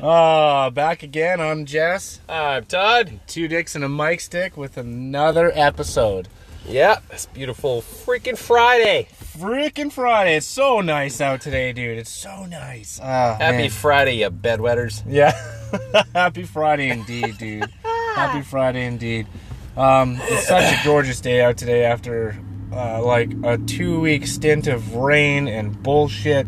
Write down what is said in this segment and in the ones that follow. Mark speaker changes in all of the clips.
Speaker 1: Uh, back again. I'm Jess.
Speaker 2: I'm Uh, Todd.
Speaker 1: Two dicks and a mic stick with another episode.
Speaker 2: Yeah, it's beautiful freaking Friday.
Speaker 1: Freaking Friday. It's so nice out today, dude. It's so nice. Ah,
Speaker 2: Happy
Speaker 1: man.
Speaker 2: Friday, you bedwetters.
Speaker 1: yeah. Happy Friday indeed, dude. Happy Friday indeed. Um, it's such a gorgeous day out today after uh, like a two week stint of rain and bullshit.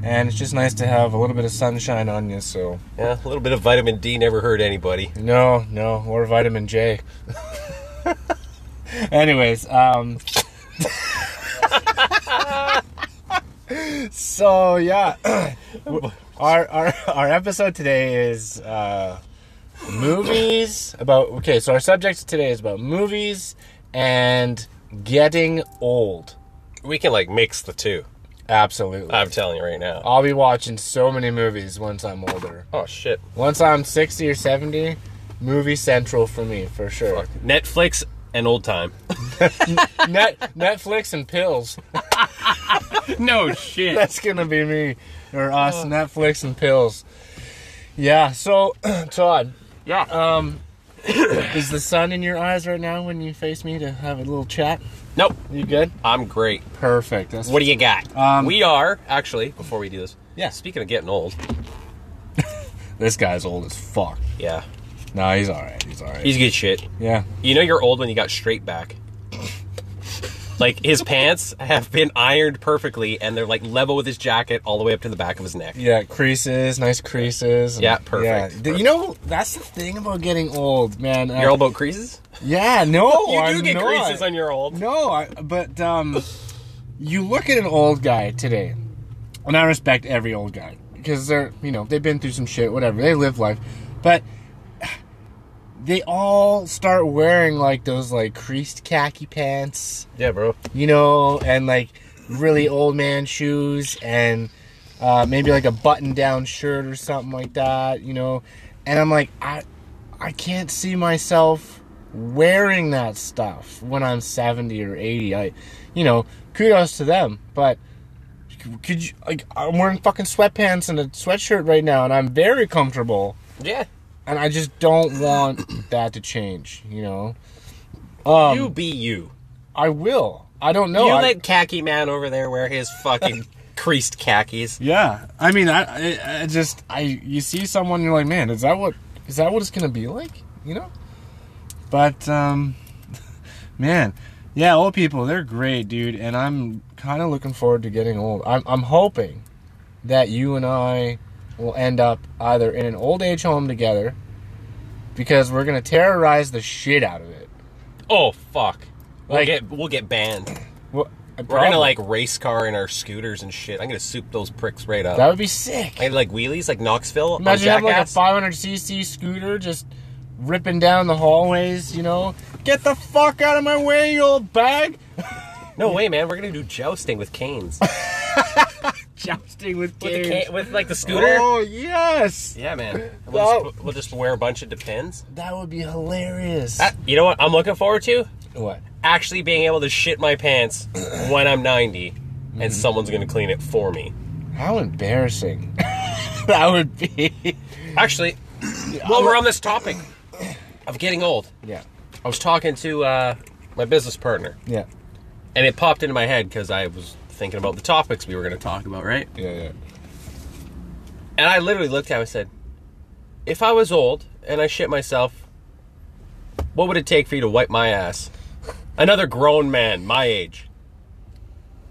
Speaker 1: And it's just nice to have a little bit of sunshine on you, so.
Speaker 2: Yeah, a little bit of vitamin D never hurt anybody.
Speaker 1: No, no, or vitamin J. Anyways, um So yeah. our our our episode today is uh movies about okay, so our subject today is about movies and getting old.
Speaker 2: We can like mix the two.
Speaker 1: Absolutely.
Speaker 2: I'm telling you right now.
Speaker 1: I'll be watching so many movies once I'm older.
Speaker 2: Oh shit.
Speaker 1: Once I'm 60 or 70, movie central for me for sure.
Speaker 2: Fuck. Netflix and old time.
Speaker 1: Net, Netflix and pills.
Speaker 2: no shit.
Speaker 1: That's gonna be me or us. Netflix and pills. Yeah. So, Todd,
Speaker 2: Yeah.
Speaker 1: um, is the sun in your eyes right now when you face me to have a little chat?
Speaker 2: nope.
Speaker 1: You good?
Speaker 2: I'm great.
Speaker 1: Perfect. That's
Speaker 2: What do you got?
Speaker 1: Um,
Speaker 2: we are actually before we do this.
Speaker 1: Yeah.
Speaker 2: Speaking of getting old.
Speaker 1: This guy's old as fuck.
Speaker 2: Yeah.
Speaker 1: No, he's all right. He's all right.
Speaker 2: He's good shit.
Speaker 1: yeah.
Speaker 2: You know you're old when you got straight back. Like his pants have been ironed perfectly, and they're like level with his jacket all the way up to the back of his neck.
Speaker 1: Yeah, creases, nice creases. and-
Speaker 2: Yeah, perfect,
Speaker 1: yeah. You know, that's the thing about getting old, man. Uh,
Speaker 2: Your elbow creases?
Speaker 1: Yeah, no,
Speaker 2: You do
Speaker 1: Oh, I'm
Speaker 2: get
Speaker 1: not.
Speaker 2: creases on your old.
Speaker 1: No, I, but um, you look at an old guy today, and I respect every old guy because they're you know they've been through some shit, whatever. They live life, but they all start wearing like those like creased khaki pants,
Speaker 2: Yeah, bro.
Speaker 1: you know, and like really old man shoes and uh, maybe like a button down shirt or something like that, you know. And I'm like, I, I can't see myself wearing that stuff when I'm 70 or 80. I, you know, kudos to them, but could you like I'm wearing fucking sweatpants and a sweatshirt right now, and I'm very comfortable
Speaker 2: Yeah.
Speaker 1: and I just don't want that to change, you know. Um,
Speaker 2: you be you.
Speaker 1: I will. I don't know.
Speaker 2: you
Speaker 1: I-
Speaker 2: let khaki man over there wear his fucking creased khakis.
Speaker 1: Yeah, I mean, I, I, I just, I, you see someone, you're like, man, is that what, is that what it's gonna be like, you know? But, um, man, yeah, old people, they're great, dude, and I'm kind of looking forward to getting old. I'm, I'm hoping that you and I will end up either in an old age home together, because we're gonna terrorize the shit out of it.
Speaker 2: Oh fuck. We'll
Speaker 1: Like-
Speaker 2: get we'll get banned.
Speaker 1: Well,
Speaker 2: We're gonna like race car in our scooters and shit. I'm gonna soup those pricks right up.
Speaker 1: that would be sick.
Speaker 2: I like wheelies, like Knoxville. on
Speaker 1: Imagine having like a
Speaker 2: Jackass.
Speaker 1: 500cc scooter just ripping down the hallways, you know? Get the fuck out of my way, you old bag!
Speaker 2: No way, man. We're gonna do jousting with canes.
Speaker 1: Jousting with
Speaker 2: with, the
Speaker 1: canes.
Speaker 2: ca- with like the scooter.
Speaker 1: Oh, yes!
Speaker 2: Yeah, man. We'll just, we'll just wear a bunch of Depends.
Speaker 1: That would be hilarious.
Speaker 2: Uh, You know what I'm looking forward to?
Speaker 1: what?
Speaker 2: Actually being able to shit my pants when I'm 90, and someone's gonna clean it for me.
Speaker 1: How embarrassing. that would be.
Speaker 2: Actually, while we're on this topic of getting old,
Speaker 1: Yeah.
Speaker 2: I was talking to uh, my business partner,
Speaker 1: Yeah.
Speaker 2: and it popped into my head because I was thinking about the topics we were gonna talk about, right?
Speaker 1: Yeah, yeah.
Speaker 2: And I literally looked at him and said, "If I was old and I shit myself, what would it take for you to wipe my ass? Another grown man my age."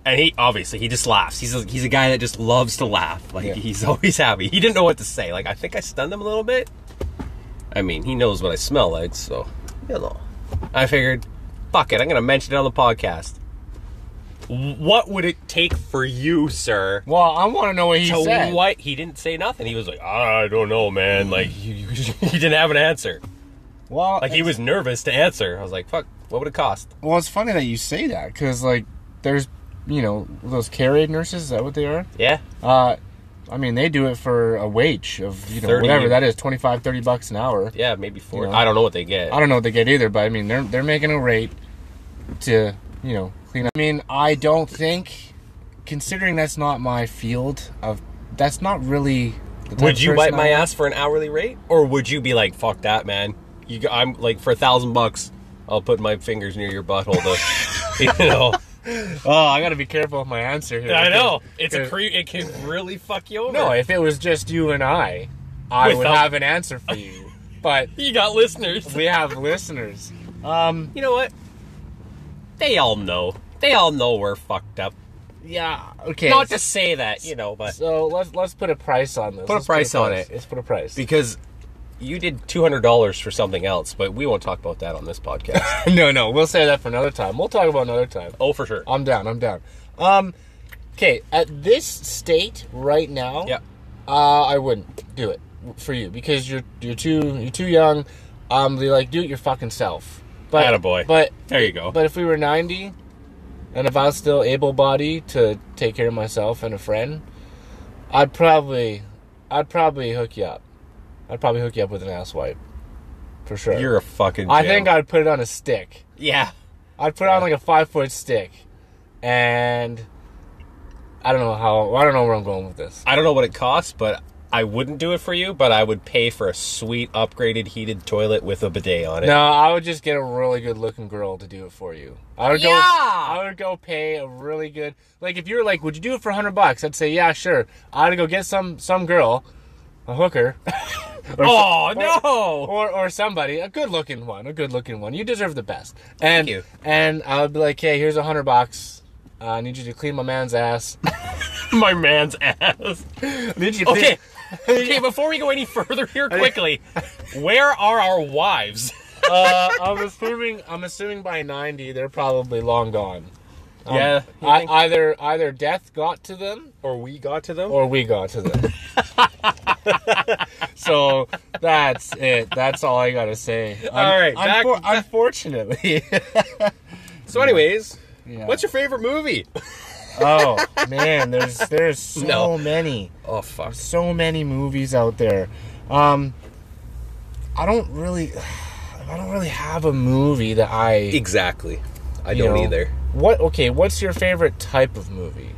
Speaker 2: And he obviously he just laughs. He's a, he's a guy that just loves to laugh. Like
Speaker 1: Yeah.
Speaker 2: he's always happy. He didn't know what to say. Like I think I stunned him a little bit. I mean, he knows what I smell like, so you know. I figured, fuck it, I'm gonna mention it on the podcast. What would it take for you, sir,
Speaker 1: Well, I want to know what he
Speaker 2: to
Speaker 1: said.
Speaker 2: what he didn't say nothing he was like i don't know man like he, he didn't have an answer
Speaker 1: Well,
Speaker 2: like he was nervous to answer i was like fuck what would it cost
Speaker 1: well, it's funny that you say that because, like, there's, you know, those care aid nurses. Is that what they are?
Speaker 2: yeah
Speaker 1: Uh, I mean, they do it for a wage of, you know,
Speaker 2: 30.
Speaker 1: whatever that is, 25, 30 bucks an hour.
Speaker 2: yeah maybe four
Speaker 1: You know.
Speaker 2: i don't know what they get
Speaker 1: I don't know what they get either, but I mean, they're, they're making a rate to, you know, clean up. I mean, I don't think, considering that's not my field of, that's not really
Speaker 2: Would you
Speaker 1: person
Speaker 2: wipe my
Speaker 1: I-
Speaker 2: ass for an hourly rate, or would you be like, "Fuck that, man"? You, g- I'm like for a thousand bucks, I'll put my fingers near your butthole to, you know.
Speaker 1: Oh, I gotta be careful with my answer here.
Speaker 2: I
Speaker 1: because-
Speaker 2: know it's a
Speaker 1: because-
Speaker 2: cre- It can really fuck you over.
Speaker 1: No, if it was just you and I, I would
Speaker 2: Without-
Speaker 1: have an answer for you. But
Speaker 2: you got listeners.
Speaker 1: we have listeners. Um,
Speaker 2: You know what? They all know. They all know we're fucked up.
Speaker 1: yeah. Okay.
Speaker 2: Not to say that, you know, but
Speaker 1: so let's let's put a price on this.
Speaker 2: Put a
Speaker 1: Let's
Speaker 2: price on it.
Speaker 1: Let's put a price.
Speaker 2: because you did two hundred dollars for something else, but we won't talk about that on this podcast.
Speaker 1: no, no, we'll say that for another time. We'll talk about another time.
Speaker 2: oh, for sure.
Speaker 1: I'm down. I'm down. Um, okay. At this state right now,
Speaker 2: Yeah.
Speaker 1: uh, I wouldn't do it for you because you're you're too you're too young. Um, they like do it your fucking self. But
Speaker 2: Attaboy.
Speaker 1: But
Speaker 2: There you go.
Speaker 1: But if we were 90, and if I was still able-bodied to take care of myself and a friend, I'd probably, I'd probably hook you up. I'd probably hook you up with an ass wipe, for sure.
Speaker 2: You're a fucking.
Speaker 1: I
Speaker 2: gem.
Speaker 1: think I'd put it on a stick.
Speaker 2: yeah.
Speaker 1: I'd put it on like a five-foot stick, and I don't know how. I don't know where I'm going with this.
Speaker 2: I don't know what it costs, but I wouldn't do it for you. But I would pay for a sweet upgraded heated toilet with a bidet on it.
Speaker 1: No, I would just get a really good looking girl to do it for you. I would go.
Speaker 2: Yeah!
Speaker 1: I would go pay a really good. Like if you were like, would you do it for hundred bucks? I'd say yeah, sure. I'd go get some some girl, a hooker,
Speaker 2: Oh no!
Speaker 1: or or somebody, a good looking one, a good looking one. You deserve the best. And
Speaker 2: you.
Speaker 1: and I would be like, hey, here's a hundred bucks. Uh, I need you to clean my man's ass.
Speaker 2: My man's ass.
Speaker 1: I need you to clean-
Speaker 2: Okay. Okay, before we go any further here quickly, where are our wives?
Speaker 1: Uh, I'm assuming. I'm assuming by ninety, they're probably long gone. Um,
Speaker 2: Yeah, you
Speaker 1: I,
Speaker 2: think-
Speaker 1: either either death got to them,
Speaker 2: Or we got to them?
Speaker 1: or we got to them. so that's it. That's all I gotta say.
Speaker 2: All right, back-
Speaker 1: unfor- unfortunately.
Speaker 2: So, anyways,
Speaker 1: Yeah.
Speaker 2: what's your favorite movie?
Speaker 1: oh man, there's there's so
Speaker 2: No.
Speaker 1: many,
Speaker 2: Oh fuck.
Speaker 1: so many movies out there. Um, I don't really, I don't really have a movie that I
Speaker 2: Exactly. I
Speaker 1: you
Speaker 2: don't
Speaker 1: know-
Speaker 2: either.
Speaker 1: What? Okay, what's your favorite type of movie?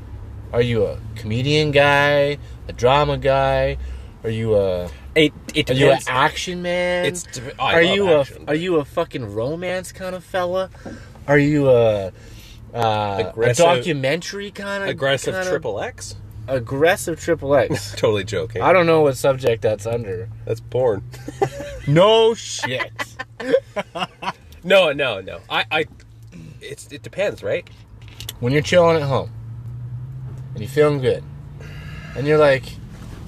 Speaker 1: Are you a comedian guy, a drama guy? Are you a
Speaker 2: It it
Speaker 1: Are you an
Speaker 2: depends.
Speaker 1: action man?
Speaker 2: It's de- I
Speaker 1: are
Speaker 2: love
Speaker 1: you
Speaker 2: action.
Speaker 1: a are you a fucking romance kind of fella? Are you a uh, a
Speaker 2: Aggressive-
Speaker 1: documentary kind of
Speaker 2: aggressive triple X?
Speaker 1: aggressive triple X?
Speaker 2: Totally joking.
Speaker 1: I don't know what subject that's under.
Speaker 2: That's porn.
Speaker 1: No shit.
Speaker 2: No, no, no. I, I, it's it depends, right?
Speaker 1: when you're chilling at home and you're feeling good, and you're like,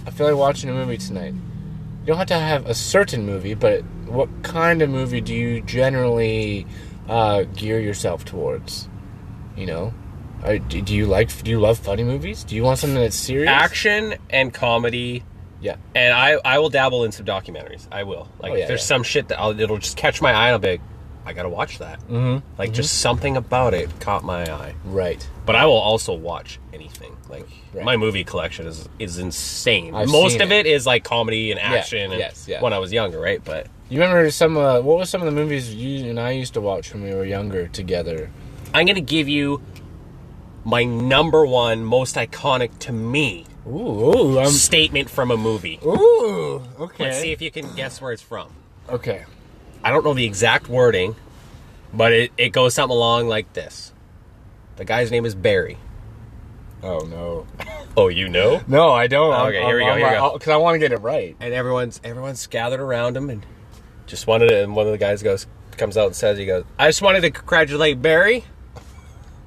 Speaker 1: I feel like watching a movie tonight. You don't have to have a certain movie, but what kind of movie do you generally uh, gear yourself towards? You know, Are, do, do you like? Do you love funny movies? Do you want something that's serious?
Speaker 2: Action and comedy,
Speaker 1: yeah.
Speaker 2: and I, I will dabble in some documentaries. I will. Like,
Speaker 1: Oh,
Speaker 2: if
Speaker 1: yeah,
Speaker 2: there's
Speaker 1: yeah.
Speaker 2: some shit that I'll, it'll just catch my eye. and I'll be like, I gotta watch that.
Speaker 1: Mm-hmm.
Speaker 2: Like, just something about it caught my eye.
Speaker 1: Right.
Speaker 2: But I will also watch anything. Like,
Speaker 1: Right.
Speaker 2: my movie collection is is insane.
Speaker 1: I've
Speaker 2: Most
Speaker 1: seen
Speaker 2: of it is like comedy and action. and
Speaker 1: yes, yeah.
Speaker 2: When I was younger, right? But
Speaker 1: You remember some? Uh, what was some of the movies you and I used to watch when we were younger together?
Speaker 2: I'm gonna give you my number one most iconic to me
Speaker 1: Ooh, ooh, I'm,
Speaker 2: statement from a movie.
Speaker 1: ooh. Okay.
Speaker 2: Let's see if you can guess where it's from.
Speaker 1: okay.
Speaker 2: I don't know the exact wording, but it, it goes something along like this. The guy's name is Barry.
Speaker 1: Oh no.
Speaker 2: Oh, you know?
Speaker 1: No, I don't. I'm-
Speaker 2: Oh, Okay, here we
Speaker 1: I'm-
Speaker 2: go, here we
Speaker 1: I'm-
Speaker 2: go.
Speaker 1: I'll- Cause I want to get it right.
Speaker 2: And everyone's everyone's gathered around him and just wanted to, and one of the guys goes comes out and says he goes, I just wanted to congratulate Barry.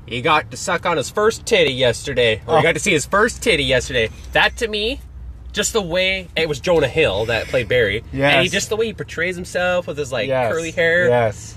Speaker 2: He got to suck on his first titty yesterday.
Speaker 1: Oh.
Speaker 2: Or he got to see his first titty yesterday. That to me, just the way it was Jonah Hill that played Barry. And he
Speaker 1: Yes.
Speaker 2: just the way he portrays himself with his like
Speaker 1: Yes,
Speaker 2: curly hair.
Speaker 1: Yes.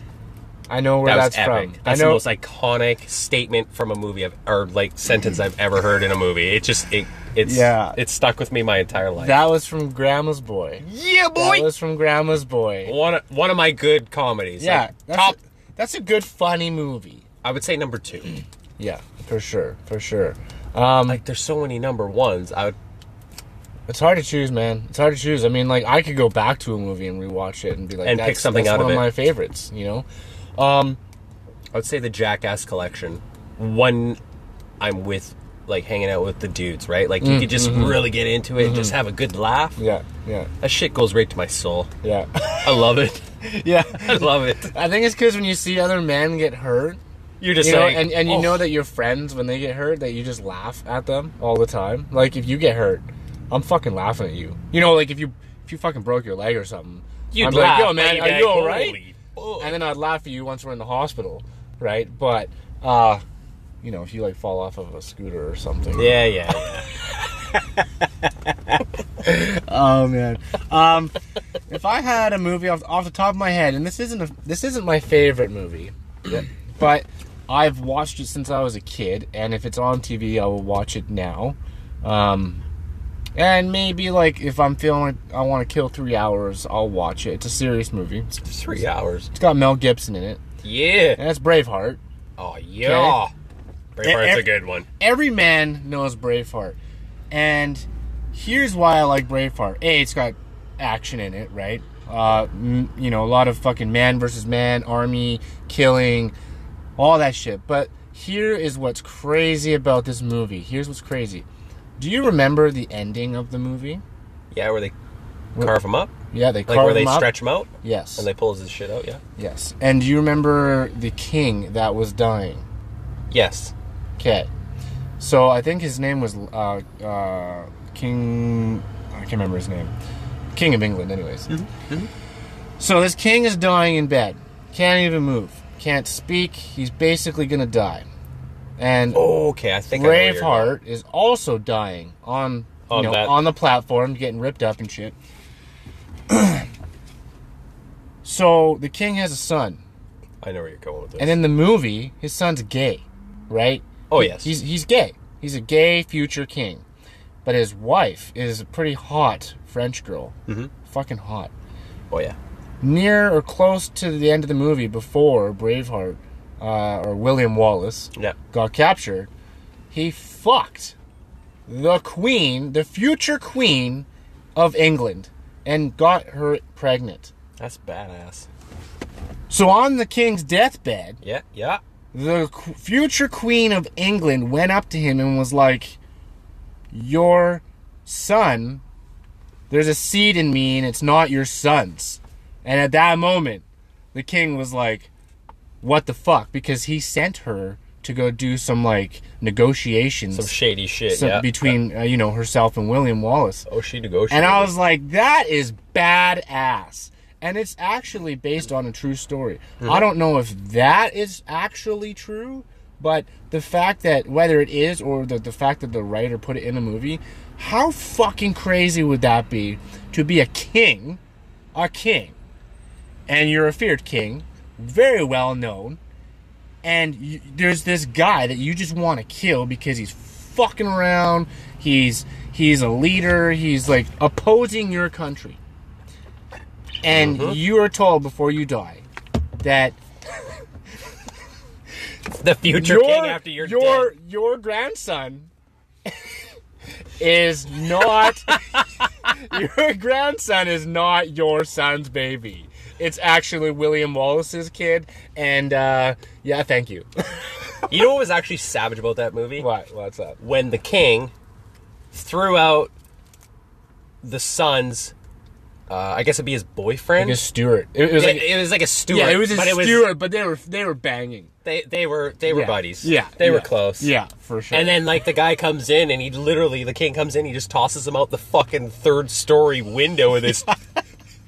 Speaker 1: I know where
Speaker 2: That was
Speaker 1: that's
Speaker 2: epic.
Speaker 1: from.
Speaker 2: That's
Speaker 1: I know.
Speaker 2: the most iconic statement from a movie I've, or like sentence I've ever heard in a movie. It just it it's
Speaker 1: Yeah.
Speaker 2: it stuck with me my entire life.
Speaker 1: that was from Grandma's Boy.
Speaker 2: yeah,
Speaker 1: That was from Grandma's Boy.
Speaker 2: one of- one of my good comedies.
Speaker 1: yeah.
Speaker 2: like,
Speaker 1: That's
Speaker 2: top.
Speaker 1: A, that's a good funny movie.
Speaker 2: I would say number two.
Speaker 1: Hmm. Yeah, for sure, for sure. Um,
Speaker 2: Like there's so many number ones. I would.
Speaker 1: it's hard to choose, man. It's hard to choose. I mean, like I could go back to a movie and rewatch it and be like,
Speaker 2: And pick
Speaker 1: that's,
Speaker 2: something
Speaker 1: that's
Speaker 2: out of
Speaker 1: one
Speaker 2: it.
Speaker 1: of my favorites. You know. Um,
Speaker 2: I would say the Jackass collection. One, I'm with like hanging out with the dudes, right? Like
Speaker 1: Mm,
Speaker 2: you could just
Speaker 1: mm-hmm.
Speaker 2: really get into it and just have a good laugh.
Speaker 1: Yeah, yeah,
Speaker 2: That shit goes right to my soul.
Speaker 1: yeah,
Speaker 2: I love it.
Speaker 1: yeah.
Speaker 2: I love it.
Speaker 1: I think it's because when you see other men get hurt,
Speaker 2: You're just
Speaker 1: you know,
Speaker 2: like,
Speaker 1: and, and you
Speaker 2: "Oh,
Speaker 1: know that your friends when they get hurt that you just laugh at them all the time. Like if you get hurt, I'm fucking laughing at you. You know, like if you if you fucking broke your leg or something,
Speaker 2: you'd
Speaker 1: I'm
Speaker 2: laugh,
Speaker 1: like, yo
Speaker 2: and
Speaker 1: man,
Speaker 2: you'd
Speaker 1: are
Speaker 2: be
Speaker 1: you
Speaker 2: like,
Speaker 1: all right?
Speaker 2: "Holy fuck."
Speaker 1: And then I'd laugh at you once we're in the hospital, right? But uh, you know, if you like fall off of a scooter or something,
Speaker 2: Yeah, yeah, yeah.
Speaker 1: Oh man. Um, if I had a movie off, off the top of my head, and this isn't a, this isn't my favorite movie, but I've watched it since I was a kid, and if it's on TV, I will watch it now. Um, and maybe like if I'm feeling like I want to kill three hours, I'll watch it. It's a serious movie. It's
Speaker 2: It's three hours.
Speaker 1: it's got Mel Gibson in it,
Speaker 2: Yeah.
Speaker 1: and that's Braveheart.
Speaker 2: Oh yeah. Braveheart's
Speaker 1: Ev-
Speaker 2: a good one.
Speaker 1: every man knows Braveheart. And here's why I like Braveheart. A, it's got action in it, right? Uh, m- you know, a lot of fucking man versus man, army, killing, all that shit. But here is what's crazy about this movie. Here's what's crazy. Do you remember the ending of the movie?
Speaker 2: Yeah, where they carve him up,
Speaker 1: Yeah, they
Speaker 2: like
Speaker 1: carve
Speaker 2: where they
Speaker 1: him up.
Speaker 2: stretch him out,
Speaker 1: Yes,
Speaker 2: and Oh, they pull his shit out. Yeah.
Speaker 1: yes. And do you remember the king that was dying?
Speaker 2: Yes.
Speaker 1: Okay. So I think his name was uh, uh, King. I can't remember his name. King of England, anyways.
Speaker 2: Mm-hmm.
Speaker 1: So this king is dying in bed. Can't even move. Can't speak. He's basically gonna die. And
Speaker 2: Oh, Okay, I think I know where you're going.
Speaker 1: Braveheart is also dying on you
Speaker 2: On
Speaker 1: know,
Speaker 2: that-
Speaker 1: on the platform, getting ripped up and shit. so the king has a son,
Speaker 2: I know where you're going with this.
Speaker 1: and in the movie, his son's gay, right?
Speaker 2: oh yes.
Speaker 1: He's he's gay. He's a gay future king, but his wife is a pretty hot French girl. Mm-hmm. Fucking hot.
Speaker 2: oh yeah.
Speaker 1: Near or close to the end of the movie, before Braveheart uh, or William Wallace
Speaker 2: Yeah.
Speaker 1: got captured, he fucked the queen, the future queen of England, and got her pregnant.
Speaker 2: That's badass.
Speaker 1: So on the king's deathbed,
Speaker 2: Yeah. Yeah.
Speaker 1: the qu- future queen of England went up to him and was like, Your son, there's a seed in me and it's not your son's. And at that moment, the king was like, What the fuck? Because he sent her to go do some like negotiations
Speaker 2: Some shady shit.
Speaker 1: so-
Speaker 2: yeah.
Speaker 1: between, uh, you know, herself and William Wallace.
Speaker 2: Oh, she negotiated.
Speaker 1: And I was like, that is badass. And it's actually based on a true story. I don't know if that is actually true, but the fact that whether it is or the, the fact that the writer put it in a movie, how fucking crazy would that be to be a king, a king, and you're a feared king, very well known, and you, there's this guy that you just want to kill because he's fucking around. He's he's a leader. He's like opposing your country, and
Speaker 2: Mm-hmm.
Speaker 1: you are told before you die that
Speaker 2: the future king after your
Speaker 1: your your grandson is not your grandson is not your son's baby. It's actually William Wallace's kid, and uh, yeah, thank you.
Speaker 2: You know what was actually savage about that movie?
Speaker 1: what? What's up?
Speaker 2: When the king threw out the son's, uh, I guess it'd be his boyfriend.
Speaker 1: Like a Stewart. It, it was
Speaker 2: it,
Speaker 1: like
Speaker 2: it was like a steward.
Speaker 1: yeah, it was a
Speaker 2: but
Speaker 1: Stewart, Stuart, but they were they were banging.
Speaker 2: They they were they were
Speaker 1: Yeah.
Speaker 2: buddies.
Speaker 1: Yeah,
Speaker 2: they were
Speaker 1: yeah.
Speaker 2: close.
Speaker 1: Yeah, for sure.
Speaker 2: And then like the guy comes in and he literally the king comes in he just tosses him out the fucking third story window of this.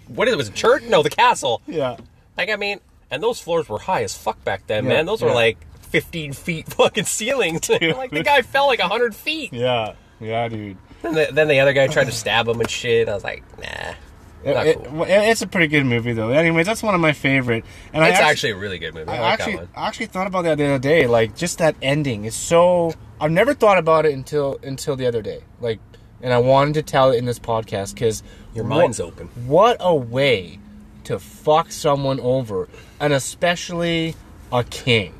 Speaker 2: what is it? Was it church? No, the castle.
Speaker 1: yeah,
Speaker 2: Like I mean, and those floors were high as fuck back then,
Speaker 1: Yeah,
Speaker 2: man. Those were
Speaker 1: yeah.
Speaker 2: like fifteen feet fucking ceilings. like the guy fell like hundred feet.
Speaker 1: yeah, yeah, dude.
Speaker 2: And the, then the other guy tried to stab him and shit. I was like, nah. Not
Speaker 1: It-
Speaker 2: cool.
Speaker 1: it- it's a pretty good movie though. Anyways, that's one of my favorite. And I
Speaker 2: It's
Speaker 1: actually
Speaker 2: actually a really good movie. I,
Speaker 1: I
Speaker 2: like
Speaker 1: actually,
Speaker 2: that one.
Speaker 1: I actually thought about that the other day. Like, just that ending is so. I've never thought about it until until the other day. Like, and I wanted to tell it in this podcast because
Speaker 2: Your mind's open.
Speaker 1: What a way to fuck someone over, and especially a king.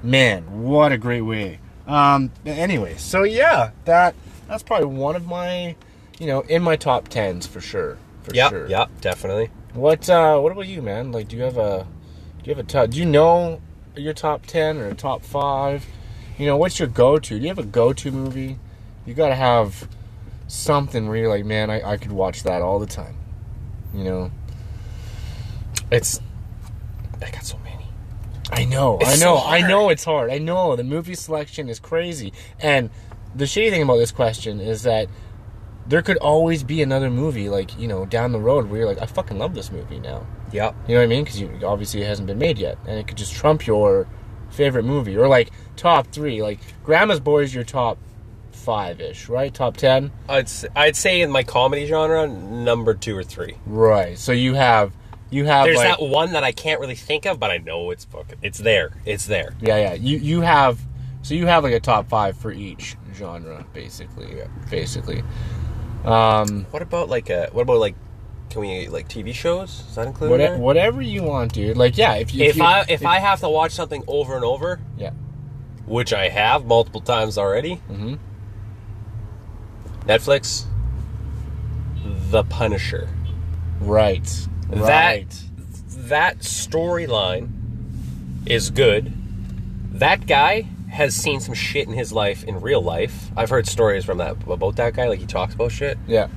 Speaker 1: Man, what a great way. Um. Anyway, so yeah, that that's probably one of my, you know, in my top tens for sure. For
Speaker 2: Yep,
Speaker 1: sure.
Speaker 2: yep, definitely.
Speaker 1: What uh what about you, man? Like do you have a do you have a top do you know your top ten or top five? you know, what's your go to? Do you have a go to movie? You gotta have something where you're like, man, I, I could watch that all the time. You know? It's.
Speaker 2: I got so many.
Speaker 1: I know, I
Speaker 2: It's
Speaker 1: know,
Speaker 2: so
Speaker 1: I
Speaker 2: hard.
Speaker 1: know it's hard. I know the movie selection is crazy. And the shitty thing about this question is that there could always be another movie, like, you know, down the road where you're like, I fucking love this movie now.
Speaker 2: Yep.
Speaker 1: You know what I mean? Because obviously it hasn't been made yet, and it could just trump your favorite movie or like top three. Like Grandma's Boy is your top five ish, right? Top ten,
Speaker 2: I'd s- I'd say in my comedy genre, number two or three.
Speaker 1: right? So you have you have
Speaker 2: There's
Speaker 1: like
Speaker 2: that one that I can't really think of, but I know it's fucking. It's there. It's there.
Speaker 1: yeah yeah you you have so you have like a top five for each genre basically
Speaker 2: Yeah.
Speaker 1: basically. Um,
Speaker 2: What about like a? What about like? Can we like TV shows? Is that included?
Speaker 1: what,
Speaker 2: in there?
Speaker 1: whatever you want, dude. Like yeah, if you,
Speaker 2: if
Speaker 1: you-
Speaker 2: I if I have to watch something over and over,
Speaker 1: yeah
Speaker 2: which I have multiple times already,
Speaker 1: Mhm.
Speaker 2: Netflix, The Punisher.
Speaker 1: right right
Speaker 2: That that storyline is good. That guy has seen some shit in his life in real life. I've heard stories from that about that guy. Like he talks about shit.
Speaker 1: yeah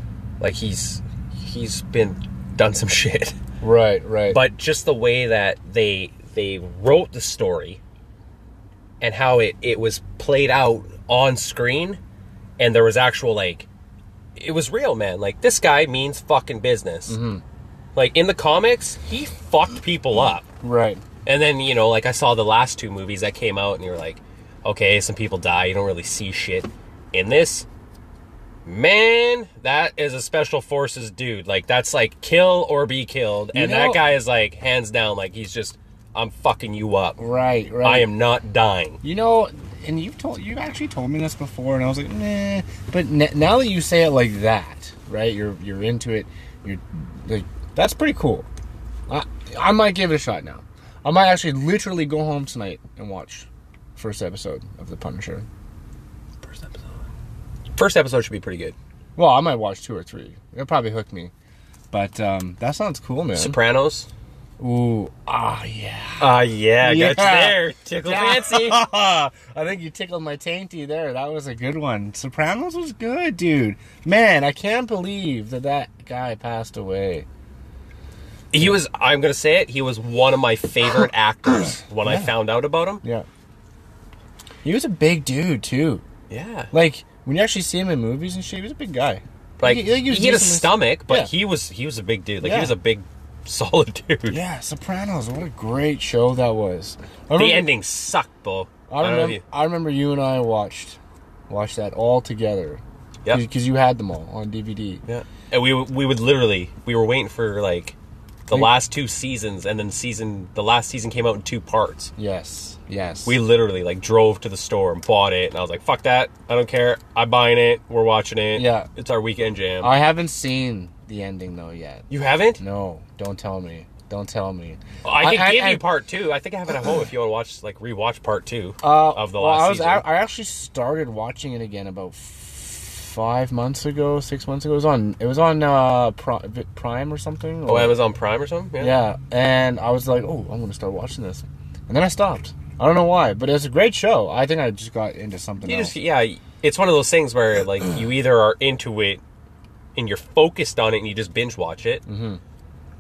Speaker 2: Like he's he's been done some shit.
Speaker 1: right right
Speaker 2: But just the way that they they wrote the story and how it it was played out on screen, and there was actual like it was real, man. Like this guy means fucking business. Like in the comics, he fucked people up.
Speaker 1: right
Speaker 2: And then, you know, like I saw the last two movies that came out, and you're like, okay, some people die. You don't really see shit in this. Man, that is a special forces dude. Like, that's like kill or be killed.
Speaker 1: You
Speaker 2: And
Speaker 1: know-
Speaker 2: that guy is like, hands down, like, he's just, I'm fucking you up.
Speaker 1: right right.
Speaker 2: I am not dying.
Speaker 1: You know, and you've told you've actually told me this before, and I was like, nah. But n- now that you say it like that, right? You're you're into it. You're like that's pretty cool. I I might give it a shot now. I might actually literally go home tonight and watch first episode of The Punisher.
Speaker 2: First episode. First episode should be pretty good.
Speaker 1: Well, I might watch two or three. It'll probably hook me. But um, that sounds cool, man.
Speaker 2: Sopranos.
Speaker 1: Ooh, ah, yeah.
Speaker 2: Ah, yeah,
Speaker 1: Yeah. that's there.
Speaker 2: Tickle
Speaker 1: I think you tickled my tainty there. That was a good one. Sopranos was good, dude. Man, I can't believe that that guy passed away.
Speaker 2: He was, I'm going to say it, he was one of my favorite actors when I found out about him.
Speaker 1: Yeah. He was a big dude too.
Speaker 2: Yeah.
Speaker 1: Like when you actually see him in movies and shit, he was a big guy.
Speaker 2: Like
Speaker 1: Like,
Speaker 2: he,
Speaker 1: like, he was
Speaker 2: had a
Speaker 1: decently-
Speaker 2: stomach, but
Speaker 1: yeah.
Speaker 2: he was he was a big dude. Like
Speaker 1: Yeah.
Speaker 2: he was a big, solid dude.
Speaker 1: Yeah, Sopranos. What a great show that was. I
Speaker 2: The
Speaker 1: remember-
Speaker 2: ending sucked, bro.
Speaker 1: I
Speaker 2: don't know if
Speaker 1: remember. I remember you and I watched watched that all together.
Speaker 2: Yep.
Speaker 1: Because you had them all on DVD.
Speaker 2: you- Yeah. And we we would literally we were waiting for like the
Speaker 1: We-
Speaker 2: last two seasons, and then season the last season came out in two parts.
Speaker 1: Yes. Yes.
Speaker 2: We literally like drove to the store and bought it, and I was like, "Fuck that! I don't care. I'm buying it. We're watching it.
Speaker 1: Yeah.
Speaker 2: it's our weekend jam."
Speaker 1: I haven't seen the ending though yet.
Speaker 2: you haven't?
Speaker 1: No, don't tell me. Don't tell me.
Speaker 2: I can
Speaker 1: I-
Speaker 2: give
Speaker 1: I-
Speaker 2: you part two. I think I have it at home if you want to watch like rewatch part two
Speaker 1: Uh,
Speaker 2: of the
Speaker 1: well,
Speaker 2: last
Speaker 1: I was
Speaker 2: season.
Speaker 1: I, I actually started watching it again about f- five months ago, six months ago. It was on. It was on uh, Pri- Vi- Prime or something.
Speaker 2: oh,
Speaker 1: or-
Speaker 2: Amazon Prime or something?
Speaker 1: Yeah, and I was like, oh, I'm gonna start watching this, and then I stopped. I don't know why, but it's a great show. I think I just got into something
Speaker 2: You
Speaker 1: else.
Speaker 2: just yeah, it's one of those things where like you either are into it and you're focused on it and you just binge watch it, mm-hmm.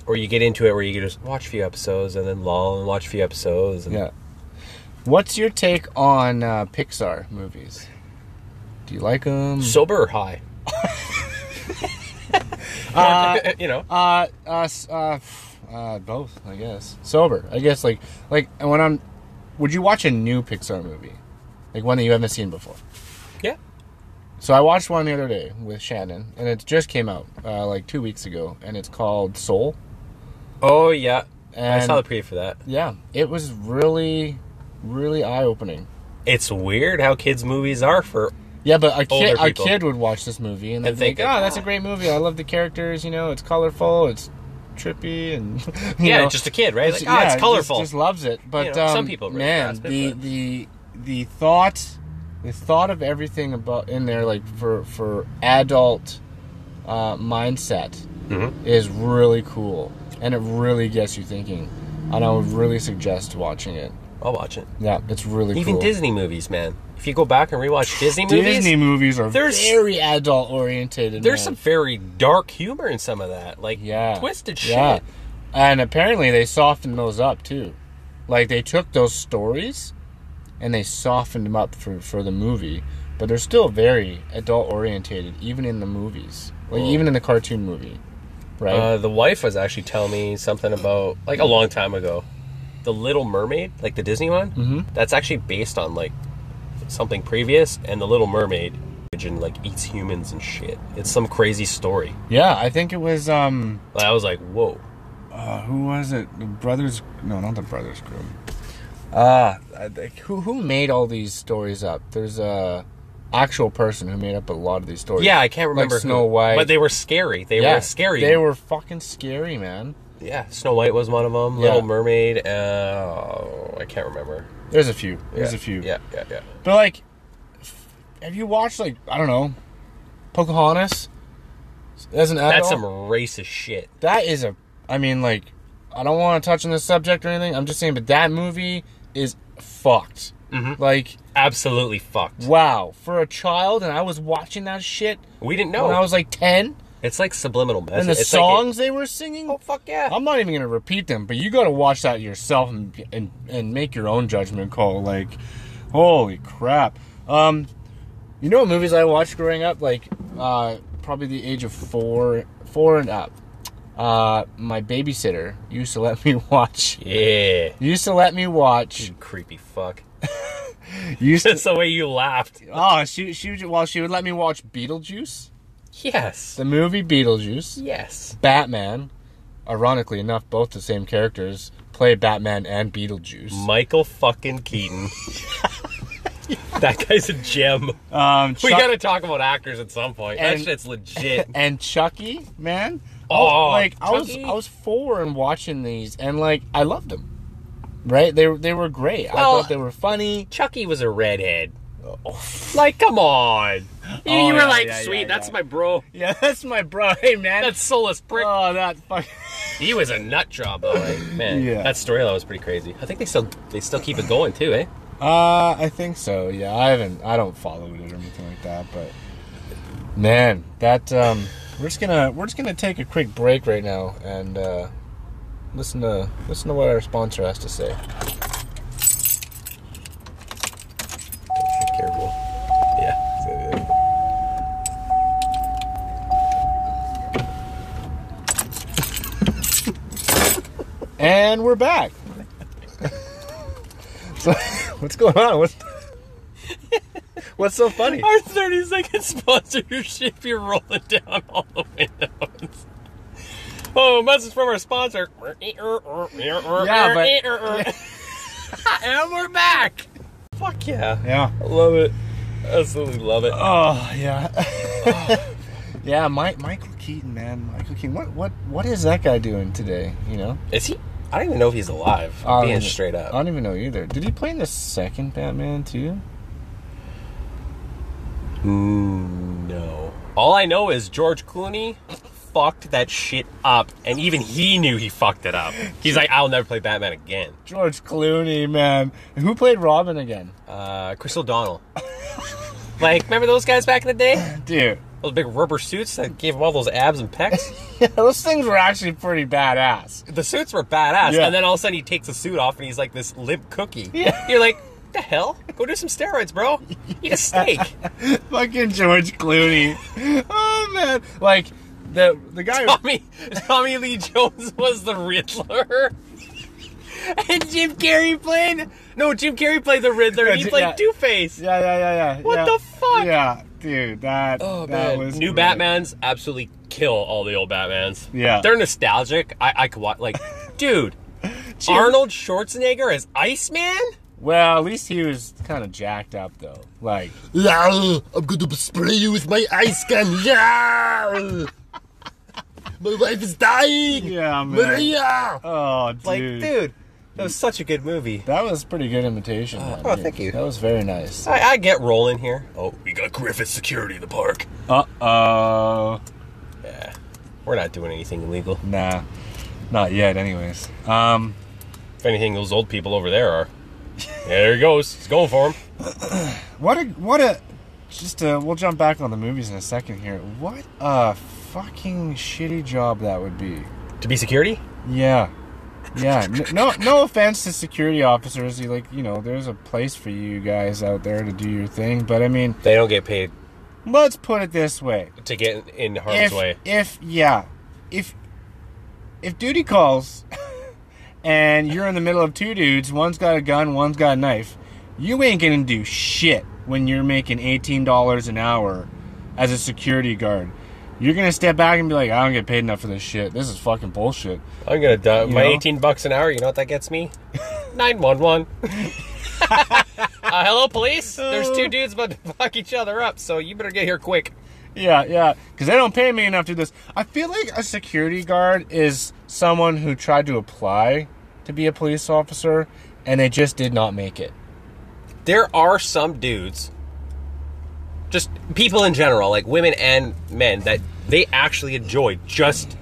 Speaker 2: or you get into it where you can just watch a few episodes and then lull and watch a few episodes. And
Speaker 1: yeah. What's your take on uh, Pixar movies? Do you like them?
Speaker 2: Sober or high? you know,
Speaker 1: Uh, uh, s- uh, f- uh, both, I guess. Sober, I guess. Like, like and when I'm, would you watch a new Pixar movie, like one that you haven't seen before?
Speaker 2: yeah.
Speaker 1: So I watched one the other day with Shannon, and it just came out uh, like two weeks ago, and it's called Soul.
Speaker 2: Oh yeah, I
Speaker 1: And-
Speaker 2: saw the preview for that.
Speaker 1: Yeah, it was really, really eye opening.
Speaker 2: It's weird how kids' movies are for
Speaker 1: Yeah, but a kid,
Speaker 2: Older
Speaker 1: a
Speaker 2: people.
Speaker 1: kid would watch this movie and,
Speaker 2: And
Speaker 1: they'd be
Speaker 2: think,
Speaker 1: like, "Oh, that's a
Speaker 2: "Ah."
Speaker 1: great movie. I love the characters. You know, it's colorful. It's." Trippy and you
Speaker 2: yeah,
Speaker 1: know.
Speaker 2: just a kid, right? Like,
Speaker 1: It's-
Speaker 2: ah,
Speaker 1: yeah,
Speaker 2: it's
Speaker 1: just-
Speaker 2: colorful.
Speaker 1: Just, loves it. But
Speaker 2: You know,
Speaker 1: um,
Speaker 2: some people really
Speaker 1: man,
Speaker 2: grasp it,
Speaker 1: the
Speaker 2: but-
Speaker 1: the the thought, the thought of everything about in there, like for for adult uh, mindset,
Speaker 2: Mm-hmm.
Speaker 1: is really cool, and it really gets you thinking. And I would really suggest watching it.
Speaker 2: I'll watch it.
Speaker 1: Yeah, it's really
Speaker 2: Even
Speaker 1: cool.
Speaker 2: Disney movies, man. If you go back and rewatch Disney movies,
Speaker 1: Disney movies are
Speaker 2: There's-
Speaker 1: very adult oriented.
Speaker 2: there's some very dark humor in some of that, like
Speaker 1: yeah
Speaker 2: twisted shit.
Speaker 1: yeah. and apparently they softened those up too. Like they took those stories and they softened them up for for the movie, but they're still very adult oriented, even in the movies, like
Speaker 2: Whoa.
Speaker 1: even in the cartoon movie, right?
Speaker 2: Uh, the wife was actually telling me something about like a long time ago. The Little Mermaid, like the Disney one, mm-hmm. that's actually based on like something previous, and the Little Mermaid and like eats humans and shit. It's some crazy story.
Speaker 1: yeah, I think it was um.
Speaker 2: Like, I was like, whoa.
Speaker 1: Uh, who was it? The brothers? No, not the brothers Grimm. Ah, I think- who who made all these stories up? There's a actual person who made up a lot of these stories.
Speaker 2: Yeah, I can't remember
Speaker 1: Like Snow
Speaker 2: who,
Speaker 1: White.
Speaker 2: but they were scary. They
Speaker 1: Yeah,
Speaker 2: were scary.
Speaker 1: They were fucking scary, man.
Speaker 2: Yeah, Snow White was one of them.
Speaker 1: Yeah.
Speaker 2: Little Mermaid. Uh, I can't remember.
Speaker 1: There's a few. There's
Speaker 2: Yeah,
Speaker 1: a few.
Speaker 2: Yeah, yeah, yeah.
Speaker 1: But like, have you watched like I don't know, Pocahontas? As an adult,
Speaker 2: That's some racist shit.
Speaker 1: that is a. I mean, like, I don't want to touch on this subject or anything. I'm just saying, but that movie is fucked.
Speaker 2: Mm-hmm.
Speaker 1: Like,
Speaker 2: Absolutely fucked.
Speaker 1: wow, for a child, and I was watching that shit
Speaker 2: We didn't know.
Speaker 1: when I was like ten,
Speaker 2: it's like subliminal message.
Speaker 1: and the
Speaker 2: it's
Speaker 1: songs they were singing.
Speaker 2: Like it- oh fuck yeah!
Speaker 1: I'm not even gonna repeat them, but you gotta watch that yourself and and, and make your own judgment call. Like, holy crap! Um, you know what movies I watched growing up? Like, uh, probably the age of four, four and up. Uh, my babysitter used to let me watch.
Speaker 2: yeah.
Speaker 1: Used to let me watch.
Speaker 2: You creepy fuck.
Speaker 1: Used to.
Speaker 2: That's the way you laughed.
Speaker 1: Oh, she she would, well she would let me watch Beetlejuice,
Speaker 2: Yes.
Speaker 1: the movie Beetlejuice.
Speaker 2: Yes.
Speaker 1: Batman, ironically enough, both the same characters play Batman and Beetlejuice.
Speaker 2: Michael fucking Keaton. that guy's a gem.
Speaker 1: Um,
Speaker 2: We
Speaker 1: Chuck-
Speaker 2: gotta talk about actors at some point.
Speaker 1: And-
Speaker 2: that shit's legit.
Speaker 1: and Chucky, man.
Speaker 2: Oh,
Speaker 1: like I was,
Speaker 2: Chucky.
Speaker 1: I was four and watching these, and like I loved them. Right? They were they were great. I
Speaker 2: Well-
Speaker 1: thought they were funny.
Speaker 2: Chucky was a redhead. Like, come on. You,
Speaker 1: Oh,
Speaker 2: you were
Speaker 1: yeah,
Speaker 2: like,
Speaker 1: yeah,
Speaker 2: sweet,
Speaker 1: yeah,
Speaker 2: that's
Speaker 1: yeah.
Speaker 2: my bro.
Speaker 1: Yeah, that's my bro. Hey, man.
Speaker 2: That's soulless prick.
Speaker 1: oh, that fuck.
Speaker 2: he was a nut job, though. eh? Man,
Speaker 1: Yeah.
Speaker 2: that storyline was pretty crazy. I think they still they still keep it going too, eh?
Speaker 1: Uh, I think so. Yeah, I haven't. I don't follow it or anything like that. But man, that um, we're just gonna we're just gonna take a quick break right now and uh, listen to listen to what our sponsor has to say.
Speaker 2: Careful. Yeah.
Speaker 1: And we're back. so, what's going on? What's, what's so funny?
Speaker 2: Our 30 second sponsorship, you're rolling down all the windows. Oh, a message from our sponsor. Yeah,
Speaker 1: but-
Speaker 2: and we're back. Fuck yeah.
Speaker 1: Yeah.
Speaker 2: I love it. Absolutely love it.
Speaker 1: Oh yeah. yeah, Mike Michael Keaton, man. Michael Keaton. What what what is that guy doing today? You know?
Speaker 2: Is he? I don't even know if he's alive.
Speaker 1: I don't
Speaker 2: being
Speaker 1: even-
Speaker 2: straight
Speaker 1: I
Speaker 2: up.
Speaker 1: don't even know either. Did he play in the second Batman too?
Speaker 2: Mm, no. All I know is George Clooney fucked that shit up, and even he knew he fucked it up. He's like, I'll never play Batman again.
Speaker 1: George Clooney, man. And who played Robin again?
Speaker 2: Uh, Chris O'Donnell. like, remember those guys back in the day?
Speaker 1: Dude.
Speaker 2: Those big rubber suits that gave him all those abs and pecs?
Speaker 1: Yeah, those things were actually pretty badass.
Speaker 2: The suits were badass,
Speaker 1: Yeah.
Speaker 2: and then all of a sudden he takes the suit off and he's like this limp cookie.
Speaker 1: Yeah.
Speaker 2: You're like, the hell? Go do some steroids, bro. Eat a steak.
Speaker 1: Fucking George Clooney. Oh man. Like the the guy
Speaker 2: Tommy Tommy Lee Jones was the Riddler. And Jim Carrey played no, Jim Carrey played the Riddler and he
Speaker 1: Yeah,
Speaker 2: played
Speaker 1: yeah.
Speaker 2: Two Face.
Speaker 1: Yeah, yeah, yeah, yeah.
Speaker 2: What
Speaker 1: yeah.
Speaker 2: the fuck?
Speaker 1: Yeah, dude, that
Speaker 2: Oh
Speaker 1: that
Speaker 2: man,
Speaker 1: was
Speaker 2: new
Speaker 1: great.
Speaker 2: Batman's absolutely kill all the old Batmans.
Speaker 1: Yeah.
Speaker 2: they're nostalgic. I, I could watch like, dude, Arnold Schwarzenegger as Iceman.
Speaker 1: Well, at least he was kind of jacked up though. Like
Speaker 2: I'm gonna spray you with my ice gun. Yeah, my wife is dying.
Speaker 1: Yeah, man. Oh, dude.
Speaker 2: Like, dude, that was such a good movie.
Speaker 1: That was pretty good imitation. man,
Speaker 2: oh,
Speaker 1: dude.
Speaker 2: thank you.
Speaker 1: That was very nice.
Speaker 2: I, I get rolling here. Oh, we got Griffith security in the park.
Speaker 1: Uh oh.
Speaker 2: Yeah, we're not doing anything illegal.
Speaker 1: Nah, not yet. Anyways, um,
Speaker 2: If anything, those old people over there are. there he goes. He's going for him.
Speaker 1: What a what a just uh we'll jump back on the movies in a second here. What a fucking shitty job that would be.
Speaker 2: To be security?
Speaker 1: Yeah. Yeah. N- No no offense to security officers. You like, you know, there's a place for you guys out there to do your thing, but I mean,
Speaker 2: They don't get paid
Speaker 1: let's put it this way.
Speaker 2: to get in harm's
Speaker 1: If
Speaker 2: way.
Speaker 1: if yeah, if if duty calls and you're in the middle of two dudes, one's got a gun, one's got a knife, you ain't going to do shit when you're making $18 an hour as a security guard. You're going to step back and be like, I don't get paid enough for this shit. This is fucking bullshit.
Speaker 2: I'm gonna die.
Speaker 1: You
Speaker 2: My
Speaker 1: know?
Speaker 2: 18 bucks an hour. You know what that gets me? 911. uh, hello, police. There's two dudes about to fuck each other up, so you better get here quick.
Speaker 1: Yeah, yeah, because they don't pay me enough to do this. I feel like a security guard is someone who tried to apply to be a police officer and they just did not make it.
Speaker 2: There are some dudes, just people in general, like women and men, that they actually enjoy just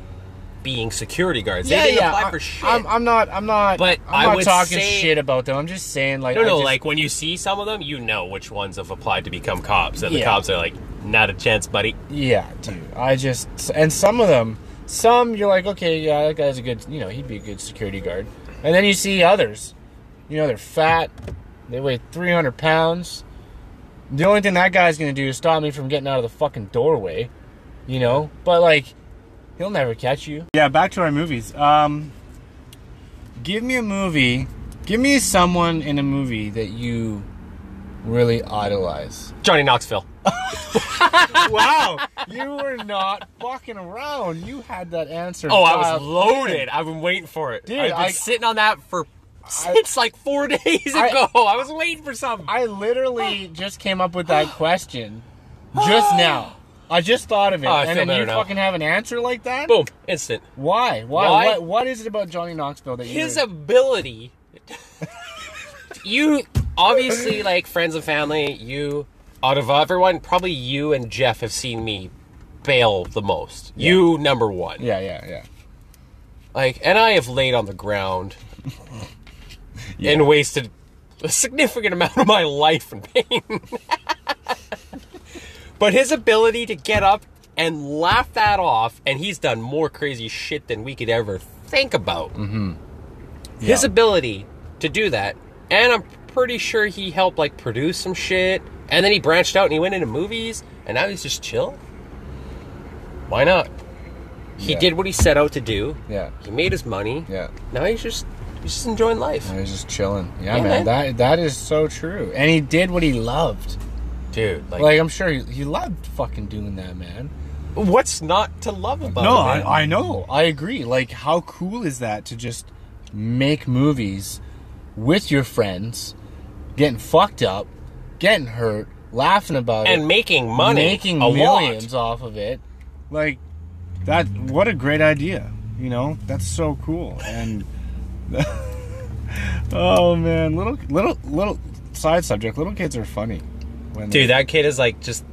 Speaker 2: being security guards. they didn't apply
Speaker 1: I-
Speaker 2: for shit.
Speaker 1: I'm, I'm not. I'm not.
Speaker 2: But I
Speaker 1: I'm not
Speaker 2: would
Speaker 1: talking
Speaker 2: say-
Speaker 1: shit about them. I'm just saying, like,
Speaker 2: no,
Speaker 1: I
Speaker 2: no,
Speaker 1: just-
Speaker 2: like when you see some of them, you know which ones have applied to become cops, and the
Speaker 1: Yeah.
Speaker 2: cops are like, not a chance, buddy.
Speaker 1: yeah, dude. I just and some of them, some you're like, okay, yeah, that guy's a good, you know, he'd be a good security guard. And then you see others, you know, they're fat, they weigh 300 pounds. The only thing that guy's gonna do is stop me from getting out of the fucking doorway, you know. But like, he'll never catch you. Yeah. Back to our movies. Um, give me a movie. Give me someone in a movie that you really idolize.
Speaker 2: Johnny Knoxville.
Speaker 1: Wow, you were not fucking around. You had that answer.
Speaker 2: Oh, I was
Speaker 1: dialed
Speaker 2: loaded.
Speaker 1: in.
Speaker 2: I've been waiting for it.
Speaker 1: Uh, Dude,
Speaker 2: I've been
Speaker 1: I-
Speaker 2: sitting on that for since like four days
Speaker 1: I-
Speaker 2: ago. I was waiting for something.
Speaker 1: I literally just came up with that question just now. I just thought of it,
Speaker 2: Oh, I
Speaker 1: and
Speaker 2: feel
Speaker 1: then you
Speaker 2: better now.
Speaker 1: fucking have an answer like that.
Speaker 2: Boom, instant.
Speaker 1: Why? Why?
Speaker 2: Why?
Speaker 1: What, what is it about Johnny Knoxville that you?
Speaker 2: His ability. you obviously like friends and family. You out of everyone, probably you and Jeff have seen me bail the most. You number one.
Speaker 1: yeah, yeah, yeah.
Speaker 2: Like, and I have laid on the ground and wasted a significant amount of my life in pain. but his ability to get up and laugh that off, and he's done more crazy shit than we could ever think about. Mm-hmm. His
Speaker 1: Yeah.
Speaker 2: ability to do that, and I'm pretty sure he helped like produce some shit, and then he branched out and he went into movies, and now he's just chill. Why not? He
Speaker 1: Yeah.
Speaker 2: did what he set out to do.
Speaker 1: Yeah,
Speaker 2: He made his money.
Speaker 1: yeah.
Speaker 2: Now he's just he's just enjoying life.
Speaker 1: I was just chilling. Yeah,
Speaker 2: Yeah,
Speaker 1: man,
Speaker 2: man.
Speaker 1: That that is so true. And he did what he loved.
Speaker 2: Dude, like,
Speaker 1: Like I'm sure he, he loved fucking doing that, man.
Speaker 2: what's not to love about
Speaker 1: No,
Speaker 2: it? man?
Speaker 1: I, I know. I agree. Like, how cool is that to just make movies with your friends, getting fucked up, getting hurt, laughing about
Speaker 2: and
Speaker 1: it,
Speaker 2: making money
Speaker 1: making
Speaker 2: a
Speaker 1: millions
Speaker 2: lot.
Speaker 1: off of it. Like, that. What a great idea. You know, that's so cool. And oh man, little little little side subject. Little kids are funny. When
Speaker 2: Dude, that kid is like just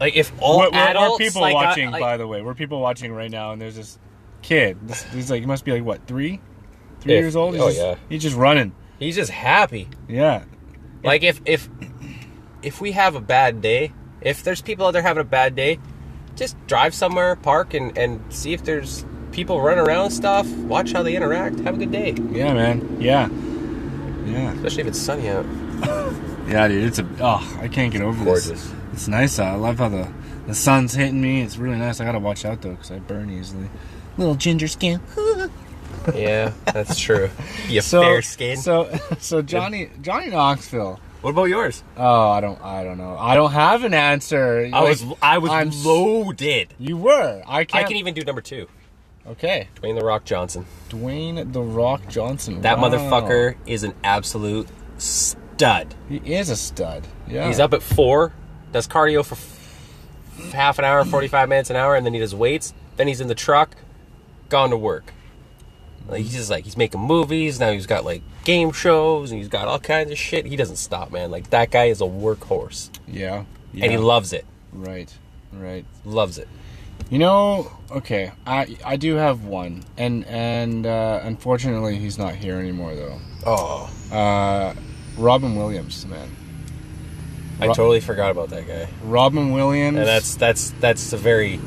Speaker 2: like if all
Speaker 1: we're, we're- we're
Speaker 2: adults
Speaker 1: people
Speaker 2: like, I-
Speaker 1: watching,
Speaker 2: like-
Speaker 1: by the way. We're people watching right now, and there's this kid. This, he's like, he must be like what three, three
Speaker 2: Yeah.
Speaker 1: years old. He's
Speaker 2: Oh,
Speaker 1: just,
Speaker 2: yeah.
Speaker 1: He's just running.
Speaker 2: he's just happy.
Speaker 1: Yeah.
Speaker 2: Like if if if we have a bad day, if there's people out there having a bad day, just drive somewhere, park, and and see if there's people run around and stuff. Watch how they interact. Have a good day,
Speaker 1: Yeah, man. Yeah. Yeah.
Speaker 2: especially if it's sunny out.
Speaker 1: Yeah, dude. It's a. Oh, I can't get over
Speaker 2: Gorgeous.
Speaker 1: this. It's nice. out. I love how the the sun's hitting me. It's really nice. I gotta watch out though, because I burn easily. Little ginger skin.
Speaker 2: yeah, that's true. You
Speaker 1: So
Speaker 2: fair skin.
Speaker 1: So so Johnny Johnny Knoxville.
Speaker 2: what about yours?
Speaker 1: Oh, I don't I don't know. I don't have an answer.
Speaker 2: I was I was
Speaker 1: I'm s-
Speaker 2: loaded.
Speaker 1: You were. I
Speaker 2: I
Speaker 1: can't.
Speaker 2: can even do number two.
Speaker 1: Okay.
Speaker 2: Dwayne the Rock Johnson.
Speaker 1: Dwayne the Rock Johnson.
Speaker 2: That
Speaker 1: Wow.
Speaker 2: motherfucker is an absolute stud.
Speaker 1: He is a stud. Yeah.
Speaker 2: He's up at four, does cardio for f- half an hour, forty five minutes an hour, and then he does weights. Then he's in the truck, gone to work. Like he's just like he's making movies now. He's got like game shows and he's got all kinds of shit. He doesn't stop, man. Like that guy is a workhorse,
Speaker 1: Yeah. yeah.
Speaker 2: and he loves it.
Speaker 1: right. Right.
Speaker 2: Loves it.
Speaker 1: You know, okay, I I do have one, and and uh, unfortunately he's not here anymore though.
Speaker 2: Oh,
Speaker 1: Uh, Robin Williams, man,
Speaker 2: I
Speaker 1: Ro-
Speaker 2: totally forgot about that guy.
Speaker 1: Robin Williams.
Speaker 2: And that's that's that's a very.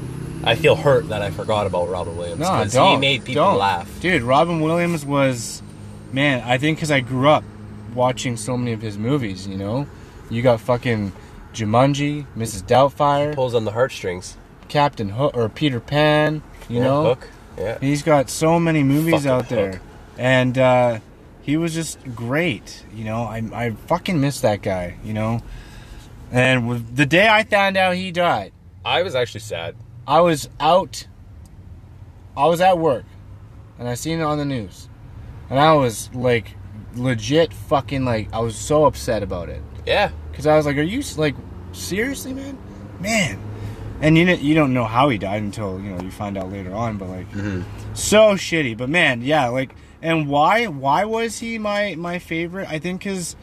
Speaker 2: I feel hurt that I forgot about Robin Williams
Speaker 1: no,
Speaker 2: he
Speaker 1: don't,
Speaker 2: made people
Speaker 1: don't.
Speaker 2: laugh.
Speaker 1: dude. Robin Williams was, man, I think because I grew up watching so many of his movies. You know, you got fucking Jumanji, Mrs. Doubtfire,
Speaker 2: Pulls on the heartstrings.
Speaker 1: Captain Hook, or Peter Pan. You
Speaker 2: Yeah,
Speaker 1: know,
Speaker 2: Hook. Yeah.
Speaker 1: He's got so many movies
Speaker 2: Fucking
Speaker 1: out there,
Speaker 2: hook.
Speaker 1: and uh, he was just great. You know, I I fucking miss that guy. You know, and with the day I found out he died,
Speaker 2: I was actually sad.
Speaker 1: I was out. I was at work, and I seen it on the news, and I was like, legit fucking like I was so upset about it
Speaker 2: Yeah.
Speaker 1: because I was like, are you s- like seriously, man, man? And you know, you don't know how he died until you know you find out later on, but like
Speaker 2: Mm-hmm.
Speaker 1: so shitty. But man, yeah, like, and why? Why was he my my favorite? I think because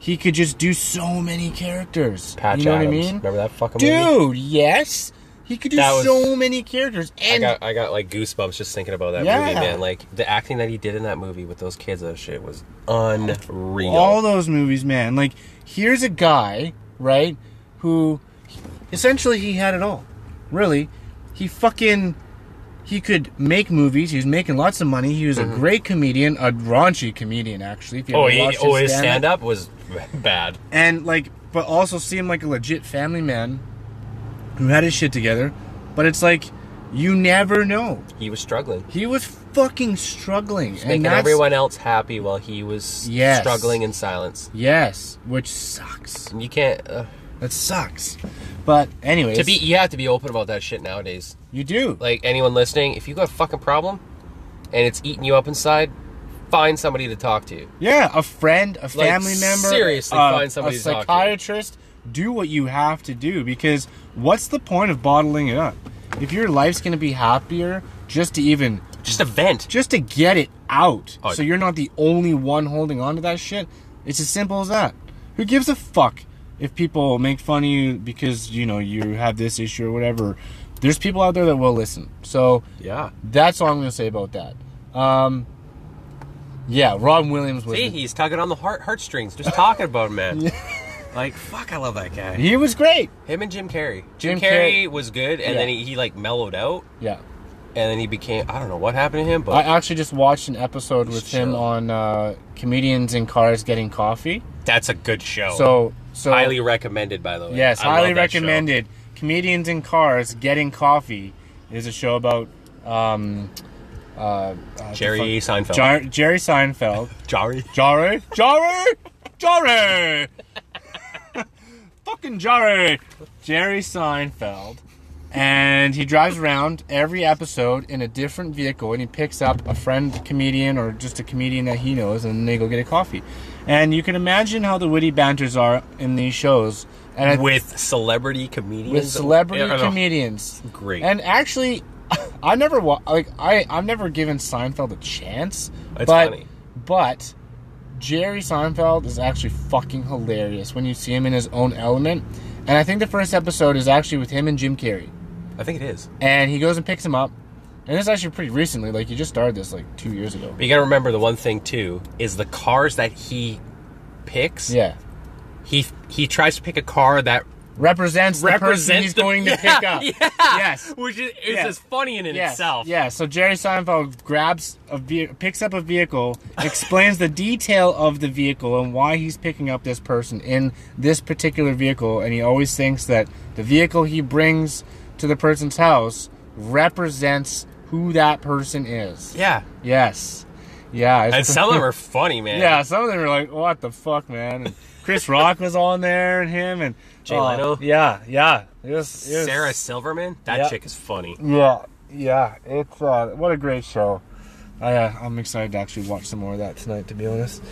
Speaker 1: he could just do so many characters.
Speaker 2: Patch
Speaker 1: you know
Speaker 2: Adams.
Speaker 1: what I mean,
Speaker 2: Remember that fucking movie?
Speaker 1: dude? Yes, he could do
Speaker 2: That was-
Speaker 1: so many characters.
Speaker 2: I
Speaker 1: And
Speaker 2: got I got like goosebumps just thinking about that
Speaker 1: Yeah.
Speaker 2: movie, man. Like the acting that he did in that movie with those kids, that shit was unreal.
Speaker 1: all those movies, man. Like, here's a guy, right, who essentially he had it all. Really, he fucking he could make movies. He was making lots of money. He was a great comedian, a raunchy comedian actually. If you
Speaker 2: Mm-hmm. oh,
Speaker 1: ever
Speaker 2: he,
Speaker 1: watched
Speaker 2: oh, his
Speaker 1: stand-up.
Speaker 2: stand up was bad.
Speaker 1: and like, but also seemed like a legit family man who had his shit together. But it's like you never know.
Speaker 2: He was struggling.
Speaker 1: He was fucking struggling, and
Speaker 2: Making
Speaker 1: that's
Speaker 2: everyone else happy while he was
Speaker 1: Yes.
Speaker 2: struggling in silence.
Speaker 1: yes, which sucks.
Speaker 2: You can't. Uh,
Speaker 1: That sucks. But anyways,
Speaker 2: to be, you have to be open about that shit nowadays.
Speaker 1: you do.
Speaker 2: Like anyone listening, if you got a fucking problem, and it's eating you up inside, find somebody to talk to.
Speaker 1: Yeah, a friend, a family member,
Speaker 2: seriously
Speaker 1: a,
Speaker 2: find somebody
Speaker 1: a
Speaker 2: to talk to.
Speaker 1: psychiatrist. Do what you have to do because what's the point of bottling it up? If your life's gonna be happier, just to even
Speaker 2: Just a vent.
Speaker 1: just to get it out,
Speaker 2: Oh,
Speaker 1: so
Speaker 2: yeah.
Speaker 1: you're not the only one holding on to that shit. It's as simple as that. Who gives a fuck if people make fun of you because you know you have this issue or whatever? There's people out there that will listen. So
Speaker 2: Yeah.
Speaker 1: that's all I'm gonna say about that. Um, yeah, Robin Williams was
Speaker 2: See,
Speaker 1: the-
Speaker 2: he's tugging on the heart heartstrings, just talking about him, man. Like, fuck, I love that guy.
Speaker 1: he was great.
Speaker 2: Him and Jim Carrey.
Speaker 1: Jim
Speaker 2: Jim,
Speaker 1: Carrey-
Speaker 2: Carrey, was good, and
Speaker 1: Yeah.
Speaker 2: then he, he like mellowed out,
Speaker 1: Yeah.
Speaker 2: and then he became I don't know what happened to him,
Speaker 1: I
Speaker 2: but
Speaker 1: actually just watched an episode with him
Speaker 2: Sure.
Speaker 1: on uh, comedians in cars getting coffee.
Speaker 2: that's a good show.
Speaker 1: So, so
Speaker 2: highly recommended, by the way.
Speaker 1: yes,
Speaker 2: I
Speaker 1: highly
Speaker 2: love that show.
Speaker 1: recommended. Comedians in cars getting coffee is a show about um, uh, uh, the
Speaker 2: Jerry
Speaker 1: fuck-
Speaker 2: Seinfeld.
Speaker 1: Jar- Jerry Seinfeld.
Speaker 2: Jerry.
Speaker 1: Jerry, Jerry, Jerry, fucking Jerry, Jerry Seinfeld, and he drives around every episode in a different vehicle, and he picks up a friend comedian or just a comedian that he knows, and they go get a coffee. And you can imagine how the witty banters are in these shows, and I-
Speaker 2: With celebrity comedians.
Speaker 1: with celebrity
Speaker 2: Yeah, I know.
Speaker 1: comedians.
Speaker 2: Great.
Speaker 1: And actually, I never wa- like I I've never given Seinfeld a chance.
Speaker 2: That's
Speaker 1: but,
Speaker 2: funny.
Speaker 1: But Jerry Seinfeld is actually fucking hilarious when you see him in his own element. And I think the first episode is actually with him and Jim Carrey.
Speaker 2: I think it is.
Speaker 1: And he goes and picks him up. And it's actually pretty recently. Like he just started this like two years ago.
Speaker 2: But you gotta remember the one thing too is the cars that he picks.
Speaker 1: Yeah.
Speaker 2: He he tries to pick a car that
Speaker 1: Represents the person
Speaker 2: represents
Speaker 1: he's
Speaker 2: the-
Speaker 1: going to
Speaker 2: Yeah,
Speaker 1: pick up.
Speaker 2: yeah.
Speaker 1: Yes.
Speaker 2: which is, is
Speaker 1: Yeah.
Speaker 2: as funny in it
Speaker 1: Yes,
Speaker 2: itself.
Speaker 1: Yeah, so Jerry Seinfeld grabs a ve- picks up a vehicle, explains the detail of the vehicle and why he's picking up this person in this particular vehicle, and he always thinks that the vehicle he brings to the person's house represents who that person is.
Speaker 2: Yeah.
Speaker 1: Yes. Yeah. it's-
Speaker 2: And some of them are funny, man.
Speaker 1: yeah, some of them were like, "What the fuck, man!" And Chris Rock was on there, and him and
Speaker 2: Jay
Speaker 1: oh,
Speaker 2: Leno.
Speaker 1: Yeah, yeah. It was, it was-
Speaker 2: Sarah Silverman, that
Speaker 1: Yeah.
Speaker 2: chick is funny.
Speaker 1: yeah, yeah. It's uh, what a great show. I, uh, I'm excited to actually watch some more of that tonight, to be honest.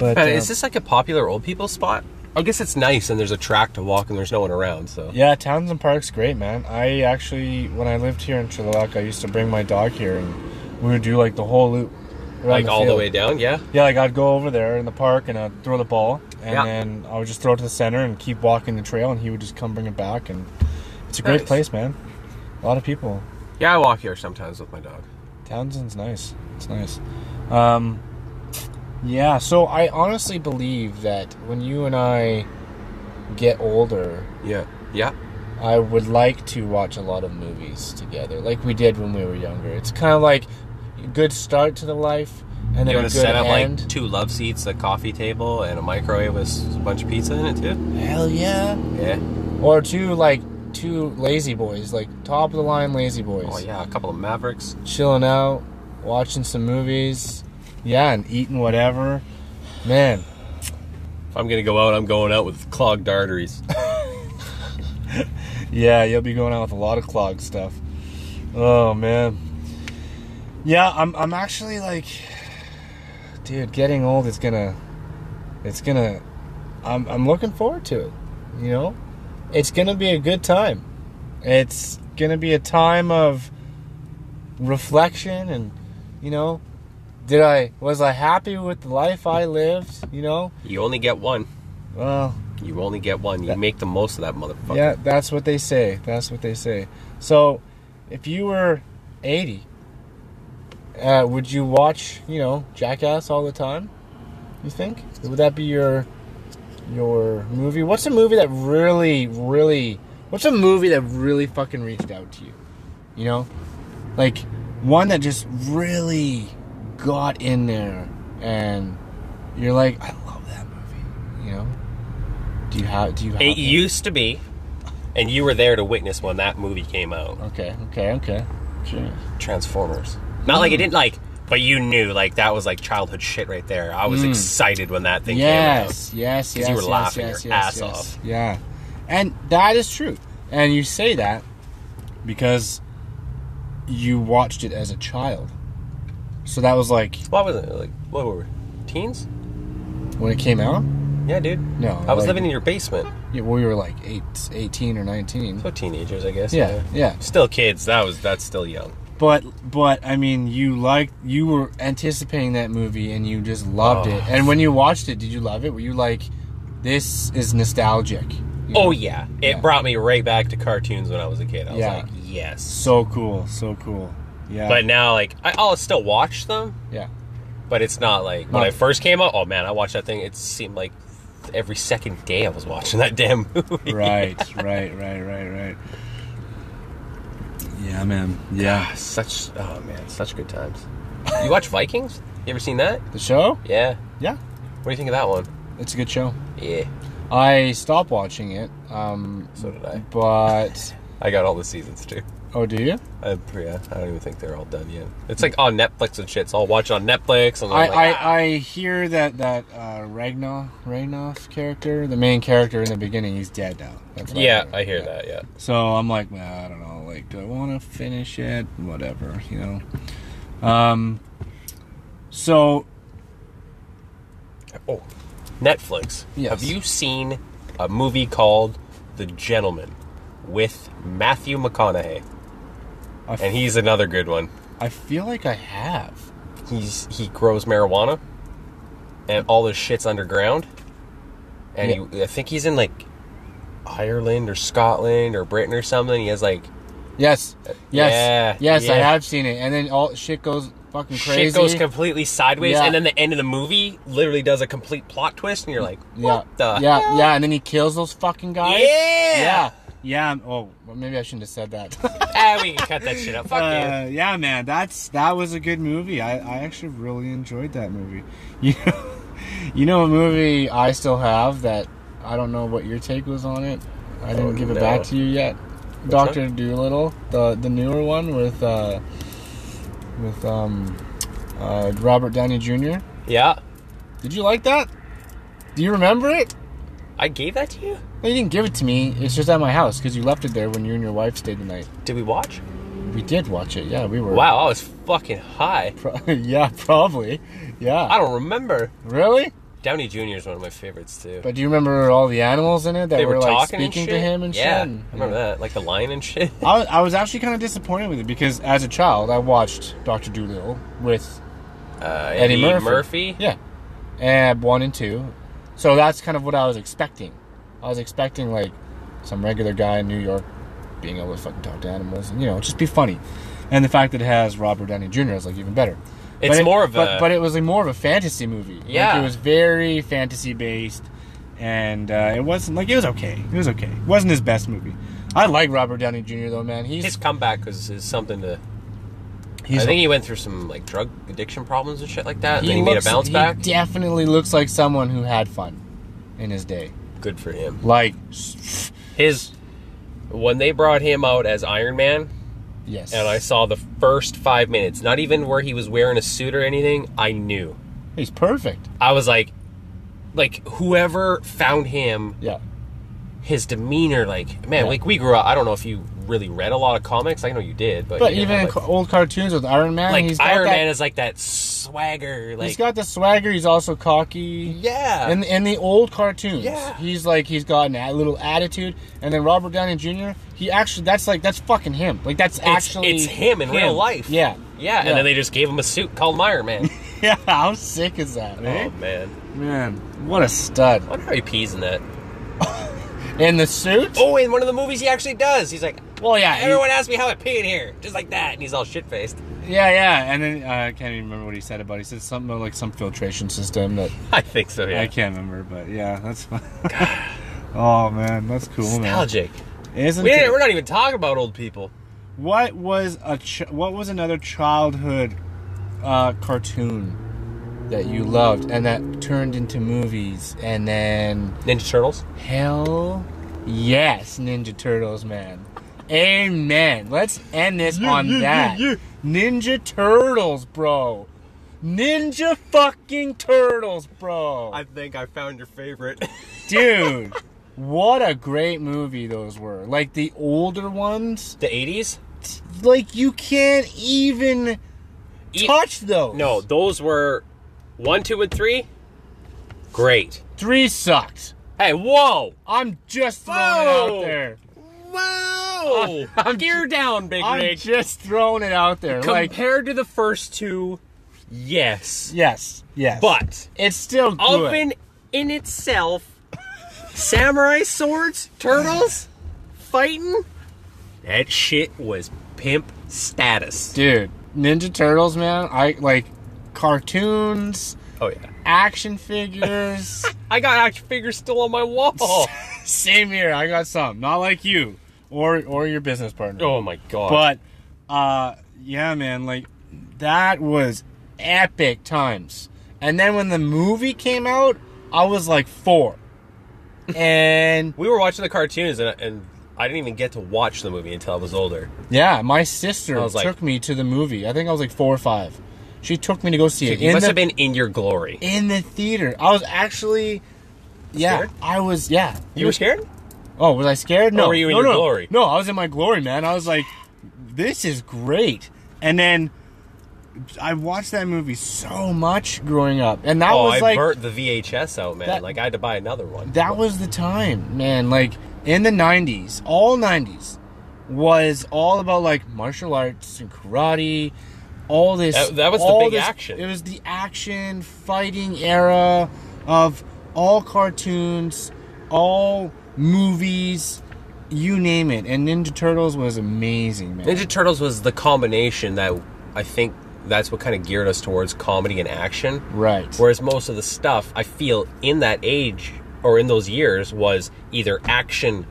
Speaker 1: But
Speaker 2: Man,
Speaker 1: uh,
Speaker 2: is this like a popular old people spot? I guess it's nice, and there's a track to walk, and there's no one around. So
Speaker 1: yeah, Townsend Park's great, man. I actually, when I lived here in Chilliwack, I used to bring my dog here, and we would do like the whole loop, around
Speaker 2: like all the
Speaker 1: field.
Speaker 2: way down, yeah.
Speaker 1: Yeah, like I'd go over there in the park and I'd throw the ball, and
Speaker 2: Yeah.
Speaker 1: then I would just throw it to the center and keep walking the trail, and he would just come bring it back, and it's a great
Speaker 2: Nice.
Speaker 1: place, man. A lot of people.
Speaker 2: Yeah, I walk here sometimes with my dog.
Speaker 1: Townsend's nice. It's nice. Um, yeah, so I honestly believe that when you and I get older,
Speaker 2: Yeah. Yeah.
Speaker 1: I would like to watch a lot of movies together, like we did when we were younger. It's kind of like a good start to the life, and then
Speaker 2: You
Speaker 1: a
Speaker 2: want
Speaker 1: good
Speaker 2: to set up
Speaker 1: end.
Speaker 2: like two love seats, a coffee table, and a microwave with a bunch of pizza in it too.
Speaker 1: Hell yeah!
Speaker 2: Yeah.
Speaker 1: Or two like two lazy boys, like top of the line lazy boys,
Speaker 2: Oh yeah, a couple of Mavericks.
Speaker 1: chilling out, watching some movies, yeah, and eating whatever. Man,
Speaker 2: If I'm gonna go out, I'm going out with clogged arteries.
Speaker 1: Yeah, you'll be going out with a lot of clog stuff. Oh man. Yeah, I'm I'm actually like dude, getting old is gonna it's gonna I'm I'm looking forward to it. You know? It's gonna be a good time. It's gonna be a time of reflection and you know did I was I happy with the life I lived, you know?
Speaker 2: You only get one.
Speaker 1: Well,
Speaker 2: You only get one. You
Speaker 1: That-
Speaker 2: make the most of that motherfucker.
Speaker 1: Yeah, that's what they say. That's what they say. So, if you were 80, uh, would you watch, you know, Jackass all the time? You think? Would that be your your movie? What's a movie that really really What's a movie that really fucking reached out to you? You know? Like one that just really got in there and you're like, I love that movie, you know? Do you have do you have
Speaker 2: It
Speaker 1: one?
Speaker 2: used to be, and you were there to witness when that movie came out.
Speaker 1: Okay, okay, okay. Sure.
Speaker 2: Transformers. Not
Speaker 1: Mm.
Speaker 2: like it didn't like, but you knew like that was like childhood shit right there. I was excited when that thing
Speaker 1: Mm. Yes, yes, yes.
Speaker 2: you were
Speaker 1: yes,
Speaker 2: laughing
Speaker 1: yes,
Speaker 2: your
Speaker 1: yes,
Speaker 2: ass
Speaker 1: yes.
Speaker 2: off.
Speaker 1: Yeah. And that is true. And you say that because you watched it as a child. So that was like
Speaker 2: came out. Why was it like what were we? Teens?
Speaker 1: when it came out?
Speaker 2: Yeah, dude.
Speaker 1: No.
Speaker 2: I was
Speaker 1: Oh, like-
Speaker 2: living in your basement.
Speaker 1: yeah, we were like eight, 18 or 19.
Speaker 2: So teenagers, I guess.
Speaker 1: Yeah, yeah.
Speaker 2: Still kids. That was that's still young.
Speaker 1: But but I mean, you liked you were anticipating that movie and you just loved it.
Speaker 2: Oh.
Speaker 1: And when you watched it, did you love it? Were you like this is nostalgic? You know?
Speaker 2: Oh yeah, it
Speaker 1: Yeah.
Speaker 2: brought me right back to cartoons when I was a kid. I was
Speaker 1: Yeah.
Speaker 2: like, yes.
Speaker 1: So cool, so cool. Yeah.
Speaker 2: But now, like, I, I'll still watch them,
Speaker 1: yeah.
Speaker 2: but it's not like when
Speaker 1: Not-
Speaker 2: I first came out. Oh man, I watched that thing. It seemed like every second day I was watching that damn movie.
Speaker 1: Right, right, right, right, right. Yeah, man. Yeah.
Speaker 2: Such oh man, such good times. You watch Vikings? You ever seen that?
Speaker 1: The show?
Speaker 2: Yeah.
Speaker 1: Yeah.
Speaker 2: What do you think of that one?
Speaker 1: It's a good show.
Speaker 2: Yeah.
Speaker 1: I stopped watching it. Um
Speaker 2: So did I.
Speaker 1: but
Speaker 2: I got all the seasons too.
Speaker 1: oh do you?
Speaker 2: I'm pretty, I don't even think they're all done yet. It's like on Netflix and shit. So I'll watch it on Netflix. And
Speaker 1: I,
Speaker 2: I'm like, "Ah."
Speaker 1: I, I hear that that uh Ragnar Ragnoff character, the main character in the beginning, he's dead now. That's what
Speaker 2: yeah, I hear that. Yeah.
Speaker 1: So I'm like, nah, I don't know. Like, do I want to finish it? Whatever, you know. Um. So
Speaker 2: Oh, Netflix.
Speaker 1: Yes.
Speaker 2: Have you seen a movie called The Gentleman with Matthew McConaughey?
Speaker 1: I f-
Speaker 2: And he's another good one.
Speaker 1: I feel like I have.
Speaker 2: He's he grows marijuana, and all his shit's underground. And he, I think he's in like Ireland or Scotland or Britain or something. He has like
Speaker 1: Yes. Yes.
Speaker 2: Yeah,
Speaker 1: yes, I
Speaker 2: yeah.
Speaker 1: have seen it. And then all shit goes fucking crazy.
Speaker 2: shit goes completely sideways,
Speaker 1: Yeah.
Speaker 2: and then the end of the movie literally does a complete plot twist, and you're like,
Speaker 1: yeah.
Speaker 2: what the
Speaker 1: yeah. Yeah. And then he kills those fucking guys.
Speaker 2: Yeah.
Speaker 1: Yeah. Yeah. I'm- Oh, well, maybe I shouldn't have said that.
Speaker 2: Ah, we can cut that shit up. Fuck you.
Speaker 1: Uh, yeah, man, that's that was a good movie. I, I actually really enjoyed that movie. You know, you know a movie I still have that I don't know what your take was on it. I didn't
Speaker 2: Oh,
Speaker 1: give
Speaker 2: no.
Speaker 1: it back to you yet.
Speaker 2: that?
Speaker 1: Doctor Doolittle, the the newer one with uh, with um, uh, Robert Downey Jr.
Speaker 2: Yeah,
Speaker 1: Did you like that? Do you remember it?
Speaker 2: I gave that to you.
Speaker 1: No, you didn't give it to me. It's just at my house because you left it there when you and your wife stayed the night.
Speaker 2: Did we watch?
Speaker 1: We did watch it. Yeah, we were.
Speaker 2: Wow, I was fucking high.
Speaker 1: Pro- yeah, probably. Yeah.
Speaker 2: I don't remember.
Speaker 1: Really?
Speaker 2: Downey Jr. is one of my favorites too.
Speaker 1: But do you remember all the animals in it that
Speaker 2: they were,
Speaker 1: were, like
Speaker 2: talking and
Speaker 1: speaking
Speaker 2: shit.
Speaker 1: to him and
Speaker 2: yeah,
Speaker 1: shit?
Speaker 2: I remember that, like the lion and shit.
Speaker 1: I, was- I was actually kind of disappointed with it because as a child, I watched Doctor Doolittle with
Speaker 2: Uh,
Speaker 1: Eddie,
Speaker 2: Eddie
Speaker 1: Murphy.
Speaker 2: Murphy.
Speaker 1: Yeah, and one and two. So that's kind of what I was expecting. I was expecting like some regular guy in New York being able to fucking talk to animals and you know just be funny. And the fact that it has Robert Downey Jr. is like even better.
Speaker 2: It's
Speaker 1: But it-
Speaker 2: more of
Speaker 1: but,
Speaker 2: a-
Speaker 1: but it was like more of a fantasy movie. Like,
Speaker 2: Yeah.
Speaker 1: it was very fantasy based, and uh, it wasn't like it was okay. It was okay. It wasn't his best movie. I like Robert Downey Jr. though, man. He's
Speaker 2: His comeback is, is something to.
Speaker 1: he's
Speaker 2: I think he went through some like drug addiction problems and shit like that. And
Speaker 1: he
Speaker 2: then he
Speaker 1: looks-
Speaker 2: made a bounce
Speaker 1: he
Speaker 2: back.
Speaker 1: definitely looks like someone who had fun in his day.
Speaker 2: Good for him.
Speaker 1: Like
Speaker 2: His when they brought him out as Iron Man,
Speaker 1: yes.
Speaker 2: and I saw the first five minutes, not even where he was wearing a suit or anything, I knew.
Speaker 1: he's perfect.
Speaker 2: I was like, like whoever found him,
Speaker 1: Yeah.
Speaker 2: his demeanor, like man,
Speaker 1: Yeah.
Speaker 2: like we grew up. I don't know if you really read a lot of comics. I know you did, but
Speaker 1: But
Speaker 2: you know,
Speaker 1: even in
Speaker 2: like,
Speaker 1: ca- old cartoons with Iron Man,
Speaker 2: like,
Speaker 1: he's got
Speaker 2: Iron
Speaker 1: that,
Speaker 2: Man is like that swagger, like
Speaker 1: he's got the swagger. He's also cocky.
Speaker 2: yeah,
Speaker 1: In in the old cartoons,
Speaker 2: Yeah.
Speaker 1: he's like he's got a little attitude, and then Robert Downey Jr. He actually that's like that's fucking him. Like that's
Speaker 2: it's,
Speaker 1: actually
Speaker 2: it's him in real life.
Speaker 1: Yeah,
Speaker 2: yeah, and
Speaker 1: Yeah.
Speaker 2: then they just gave him a suit called him Iron Man.
Speaker 1: yeah. How sick is that, eh?
Speaker 2: oh man,
Speaker 1: Man, what a stud!
Speaker 2: I wonder how he pees in that.
Speaker 1: In the suit.
Speaker 2: Oh, in one of the movies he actually does. He's like,
Speaker 1: well, yeah. he-
Speaker 2: everyone asked me how I pee in here, just like that, and he's all shit faced.
Speaker 1: yeah, yeah. And then uh, I can't even remember what he said about. It. He said something about like some filtration system that
Speaker 2: I think so. Yeah.
Speaker 1: I can't remember. But yeah, that's. oh man, that's cool, man.
Speaker 2: Nostalgic.
Speaker 1: Isn't
Speaker 2: We
Speaker 1: it?
Speaker 2: didn't, we're not even talking about old people.
Speaker 1: What was a ch- what was another childhood uh, cartoon that you loved and that turned into movies and then
Speaker 2: Ninja Turtles.
Speaker 1: hell yes Ninja Turtles man amen let's end this on that Ninja Turtles bro Ninja fucking Turtles bro
Speaker 2: think I found your favorite.
Speaker 1: dude what a great movie those were like the older ones
Speaker 2: the '80s.
Speaker 1: like you can't even
Speaker 2: E-
Speaker 1: touch those.
Speaker 2: No, those were one, two, and three. Great.
Speaker 1: three sucked.
Speaker 2: Hey, whoa!
Speaker 1: I'm just throwing it out
Speaker 2: Whoa!
Speaker 1: there.
Speaker 2: Whoa!
Speaker 1: I'm-
Speaker 2: Gear down, Big
Speaker 1: I'm
Speaker 2: Rig.
Speaker 1: just throwing it out there. Like
Speaker 2: Compared to the first two, yes,
Speaker 1: yes, yes,
Speaker 2: but
Speaker 1: it's still good.
Speaker 2: oven in itself, samurai swords, turtles, fighting. That shit was pimp status.
Speaker 1: dude. Ninja Turtles, man. I like cartoons,
Speaker 2: Oh yeah,
Speaker 1: action figures.
Speaker 2: I got action figures still on my wall.
Speaker 1: Same here. I got some, not like you or or your business partner.
Speaker 2: oh my god.
Speaker 1: But uh yeah, man, like that was epic times. And then when the movie came out, I was like 4. and
Speaker 2: We were watching the cartoons, and, and I didn't even get to watch the movie until I was older.
Speaker 1: yeah, my sister
Speaker 2: I was
Speaker 1: took
Speaker 2: like-
Speaker 1: me to the movie. I think I was like 4 or 5. She took me to go see it
Speaker 2: You
Speaker 1: in
Speaker 2: must
Speaker 1: the
Speaker 2: have been in your glory.
Speaker 1: in the theater. I was actually yeah,
Speaker 2: Scared?
Speaker 1: I was yeah.
Speaker 2: You were scared?
Speaker 1: Oh, was I scared? No.
Speaker 2: were you in
Speaker 1: no,
Speaker 2: your
Speaker 1: no.
Speaker 2: glory?
Speaker 1: No, I was in my glory, man. I was like, this is great. And then I watched that movie so much growing up. And that
Speaker 2: oh,
Speaker 1: was
Speaker 2: I
Speaker 1: like
Speaker 2: burnt the VHS out, man.
Speaker 1: That-
Speaker 2: like I had to buy another one.
Speaker 1: that was the time, man. Like in the 90s, all 90s was all about like martial arts and karate. All this
Speaker 2: That- that was the
Speaker 1: all
Speaker 2: big
Speaker 1: this-
Speaker 2: action.
Speaker 1: It was the action fighting era of all cartoons, all movies, you name it. And Ninja Turtles was amazing, man.
Speaker 2: Ninja Turtles was the combination that I think that's what kind of geared us towards comedy and action.
Speaker 1: right.
Speaker 2: Whereas most of the stuff I feel in that age or in those years was either action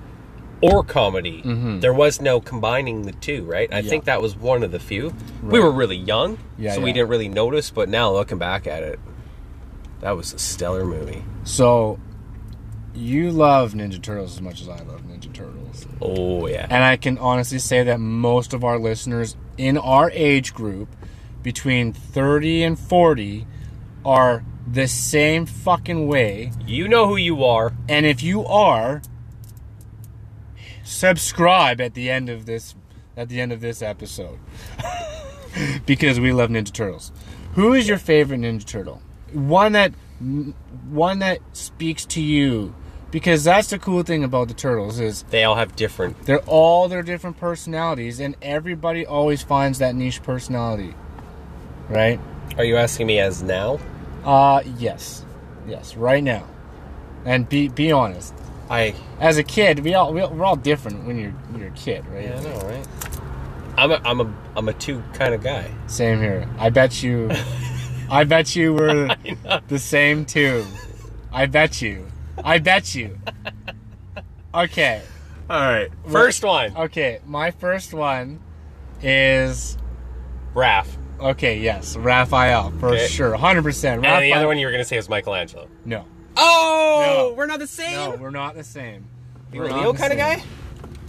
Speaker 2: or comedy. There was no combining the two, right? I think that was one of the few. We were really young,
Speaker 1: Yeah,
Speaker 2: so we
Speaker 1: yeah.
Speaker 2: didn't really notice, but now looking back at it, that was a stellar movie.
Speaker 1: So you love Ninja Turtles as much as I love Ninja Turtles.
Speaker 2: Oh, yeah.
Speaker 1: And I can honestly say that most of our listeners in our age group, between 30 and 40, are the same fucking way.
Speaker 2: You know who you are.
Speaker 1: And if you are, subscribe at the end of this at the end of this episode. because we love Ninja Turtles. Who is your favorite Ninja Turtle? One that one that speaks to you because that's the cool thing about the turtles is
Speaker 2: They all have different.
Speaker 1: they're all their different personalities, and everybody always finds that niche personality, right?
Speaker 2: Are you asking me as now?
Speaker 1: Uh yes, yes. Right now, and be be honest.
Speaker 2: I
Speaker 1: As a kid, we all we, all- we're all different when you're you're a kid, right?
Speaker 2: yeah, I know, right? I'm a I'm a I'm a two kind of guy.
Speaker 1: Same here. I bet you. I bet you were the same too. I bet you. I bet you. Okay.
Speaker 2: All right, first one,
Speaker 1: Okay. My first one is
Speaker 2: Raph,
Speaker 1: okay. Yes, Raphael for
Speaker 2: Okay.
Speaker 1: sure, hundred percent.
Speaker 2: and the other one you were gonna say was Michelangelo.
Speaker 1: No.
Speaker 2: Oh,
Speaker 1: No.
Speaker 2: we're not the same.
Speaker 1: No, we're not the same.
Speaker 2: you a
Speaker 1: We're not
Speaker 2: Leo
Speaker 1: the
Speaker 2: kind of
Speaker 1: same.
Speaker 2: guy?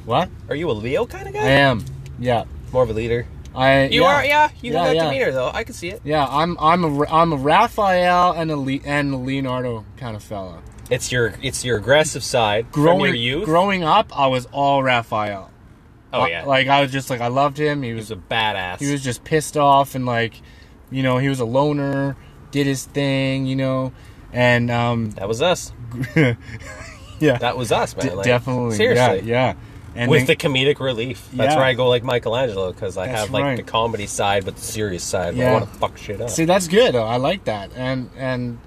Speaker 1: What?
Speaker 2: Are you a Leo kind of guy?
Speaker 1: I am. Yeah.
Speaker 2: More of a leader.
Speaker 1: I.
Speaker 2: You are, yeah. You have
Speaker 1: Yeah,
Speaker 2: that
Speaker 1: yeah.
Speaker 2: demeanor, though. I can see it.
Speaker 1: Yeah, I'm I'm a I'm a Raphael and a Le- and a Leonardo kind of fella.
Speaker 2: It's your it's your aggressive side
Speaker 1: Growing
Speaker 2: from your youth.
Speaker 1: growing up, I was all Raphael.
Speaker 2: oh yeah,
Speaker 1: like I was just like I loved him. He
Speaker 2: he
Speaker 1: was
Speaker 2: was a badass.
Speaker 1: he was just pissed off and like, you know, he was a loner, did his thing, you know, and um,
Speaker 2: that was us.
Speaker 1: yeah,
Speaker 2: That was us, man.
Speaker 1: d-
Speaker 2: Like,
Speaker 1: definitely,
Speaker 2: seriously.
Speaker 1: yeah, yeah, and
Speaker 2: With
Speaker 1: then-
Speaker 2: the comedic relief. That's
Speaker 1: Yeah.
Speaker 2: where I go like Michelangelo because I
Speaker 1: That's
Speaker 2: have like
Speaker 1: right.
Speaker 2: the comedy side but the serious side. where I
Speaker 1: Yeah.
Speaker 2: want to fuck shit up.
Speaker 1: See, that's good. Though. I like that. And and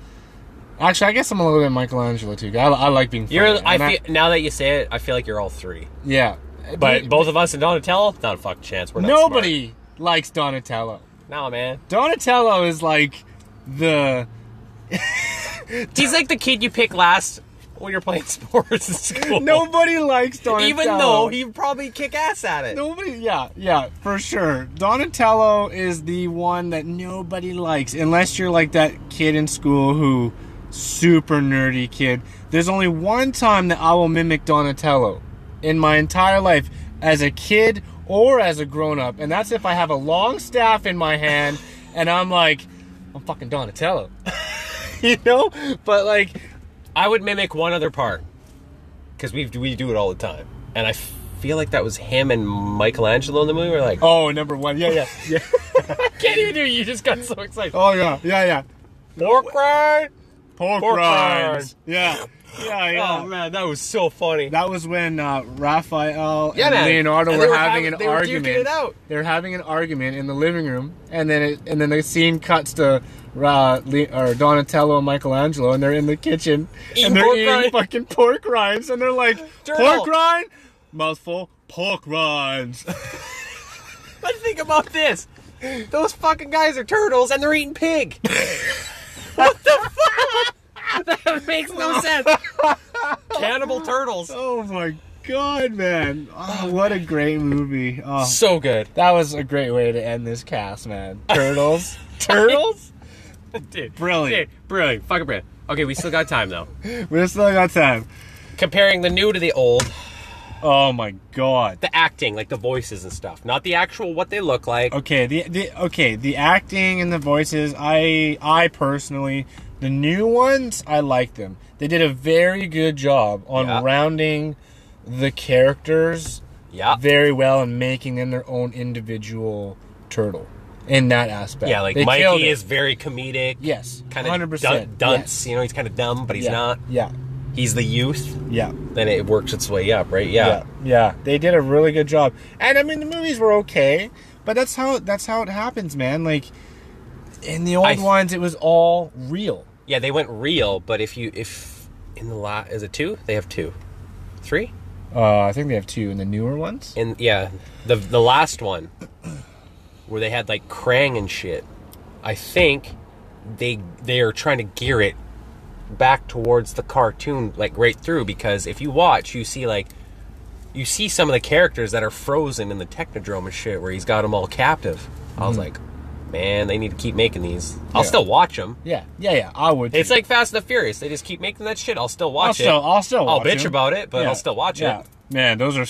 Speaker 1: actually, I guess I'm a little bit Michelangelo too. I, I like being. Funny.
Speaker 2: you're. I
Speaker 1: And
Speaker 2: feel now that you say it, I feel like you're all three.
Speaker 1: yeah,
Speaker 2: But both of us and Donatello, not a fucking chance. We're not
Speaker 1: nobody likes Donatello.
Speaker 2: Smart. Nah, man.
Speaker 1: Donatello is like the
Speaker 2: He's like the kid you pick last when you're playing sports in school.
Speaker 1: nobody likes Donatello.
Speaker 2: even though he'd probably kick ass at it.
Speaker 1: Nobody, yeah, yeah, for sure. Donatello is the one that nobody likes, unless you're like that kid in school who, super nerdy kid. There's only one time that I will mimic Donatello in my entire life as a kid or as a grown up, and that's if I have a long staff in my hand and I'm like, I'm fucking Donatello. you know? But like,
Speaker 2: I would mimic one other part because we we do it all the time, and I feel like that was him and Michelangelo in the movie. We're like, oh,
Speaker 1: oh, number one. Yeah, yeah, yeah.
Speaker 2: I can't even do. it. You just got so excited.
Speaker 1: Oh, yeah, yeah, yeah.
Speaker 2: Pork rind.
Speaker 1: Pork,
Speaker 2: Pork
Speaker 1: rinds.
Speaker 2: rinds.
Speaker 1: Yeah. Yeah, yeah.
Speaker 2: Oh man, that was so funny.
Speaker 1: That was when uh, Raphael
Speaker 2: Yeah,
Speaker 1: and
Speaker 2: man.
Speaker 1: Leonardo
Speaker 2: And
Speaker 1: were,
Speaker 2: they were
Speaker 1: having
Speaker 2: having-
Speaker 1: an
Speaker 2: they were duking
Speaker 1: argument.
Speaker 2: it out.
Speaker 1: They were having an argument in the living room, and then it, and then the scene cuts to uh, Le- or Donatello and Michelangelo, and they're in the kitchen
Speaker 2: Eating
Speaker 1: and they're
Speaker 2: pork
Speaker 1: eating
Speaker 2: rind.
Speaker 1: fucking pork rinds, and they're like
Speaker 2: Turtle.
Speaker 1: pork rind, mouthful pork rinds.
Speaker 2: But think about this: those fucking guys are turtles, and they're eating pig. what the fuck? That makes no sense. Cannibal turtles.
Speaker 1: oh my god, man! Oh, what a great movie. Oh,
Speaker 2: So good,
Speaker 1: that was a great way to end this cast, man. Turtles, turtles.
Speaker 2: dude.
Speaker 1: Brilliant.
Speaker 2: dude, brilliant, fucking brilliant. Okay, we still got time though.
Speaker 1: We're still got time.
Speaker 2: Comparing the new to the old.
Speaker 1: Oh my god.
Speaker 2: the acting, like the voices and stuff, not the actual what they look like.
Speaker 1: Okay, the, the okay, the acting and the voices, I I personally the new ones, I like them. They did a very good job on
Speaker 2: Yeah.
Speaker 1: rounding the characters
Speaker 2: Yeah,
Speaker 1: very well and making them their own individual turtle in that aspect.
Speaker 2: yeah, like
Speaker 1: They killed it.
Speaker 2: Mikey is very comedic.
Speaker 1: yes,
Speaker 2: kind of
Speaker 1: 100%.
Speaker 2: dun- dunce.
Speaker 1: Yes.
Speaker 2: You know, he's kind of dumb, but he's
Speaker 1: yeah.
Speaker 2: not.
Speaker 1: Yeah.
Speaker 2: He's the youth.
Speaker 1: Yeah.
Speaker 2: Then it works its way up, right? Yeah.
Speaker 1: yeah, yeah. They did a really good job, and I mean the movies were okay, but that's how that's how it happens, man. Like in the old
Speaker 2: I-
Speaker 1: ones, it was all real.
Speaker 2: Yeah, they went real, but if you if in the lot is it two? They have two, three.
Speaker 1: Uh, I think they have two in the newer ones.
Speaker 2: And yeah, the the last one where they had like Krang and shit. I think they they are trying to gear it back towards the cartoon like right through because if you watch, you see like you see some of the characters that are frozen in the Technodrome and shit where he's got them all captive. I was like, man, they need to keep making these. I'll
Speaker 1: Yeah.
Speaker 2: still watch them.
Speaker 1: Yeah, yeah, yeah. I would.
Speaker 2: It's
Speaker 1: too.
Speaker 2: like Fast and the Furious. They just keep making that shit. I'll still watch
Speaker 1: I'll
Speaker 2: it.
Speaker 1: still, I'll still.
Speaker 2: I'll
Speaker 1: watch
Speaker 2: bitch
Speaker 1: it.
Speaker 2: about it, but
Speaker 1: Yeah,
Speaker 2: I'll still watch
Speaker 1: yeah.
Speaker 2: it.
Speaker 1: Man, those are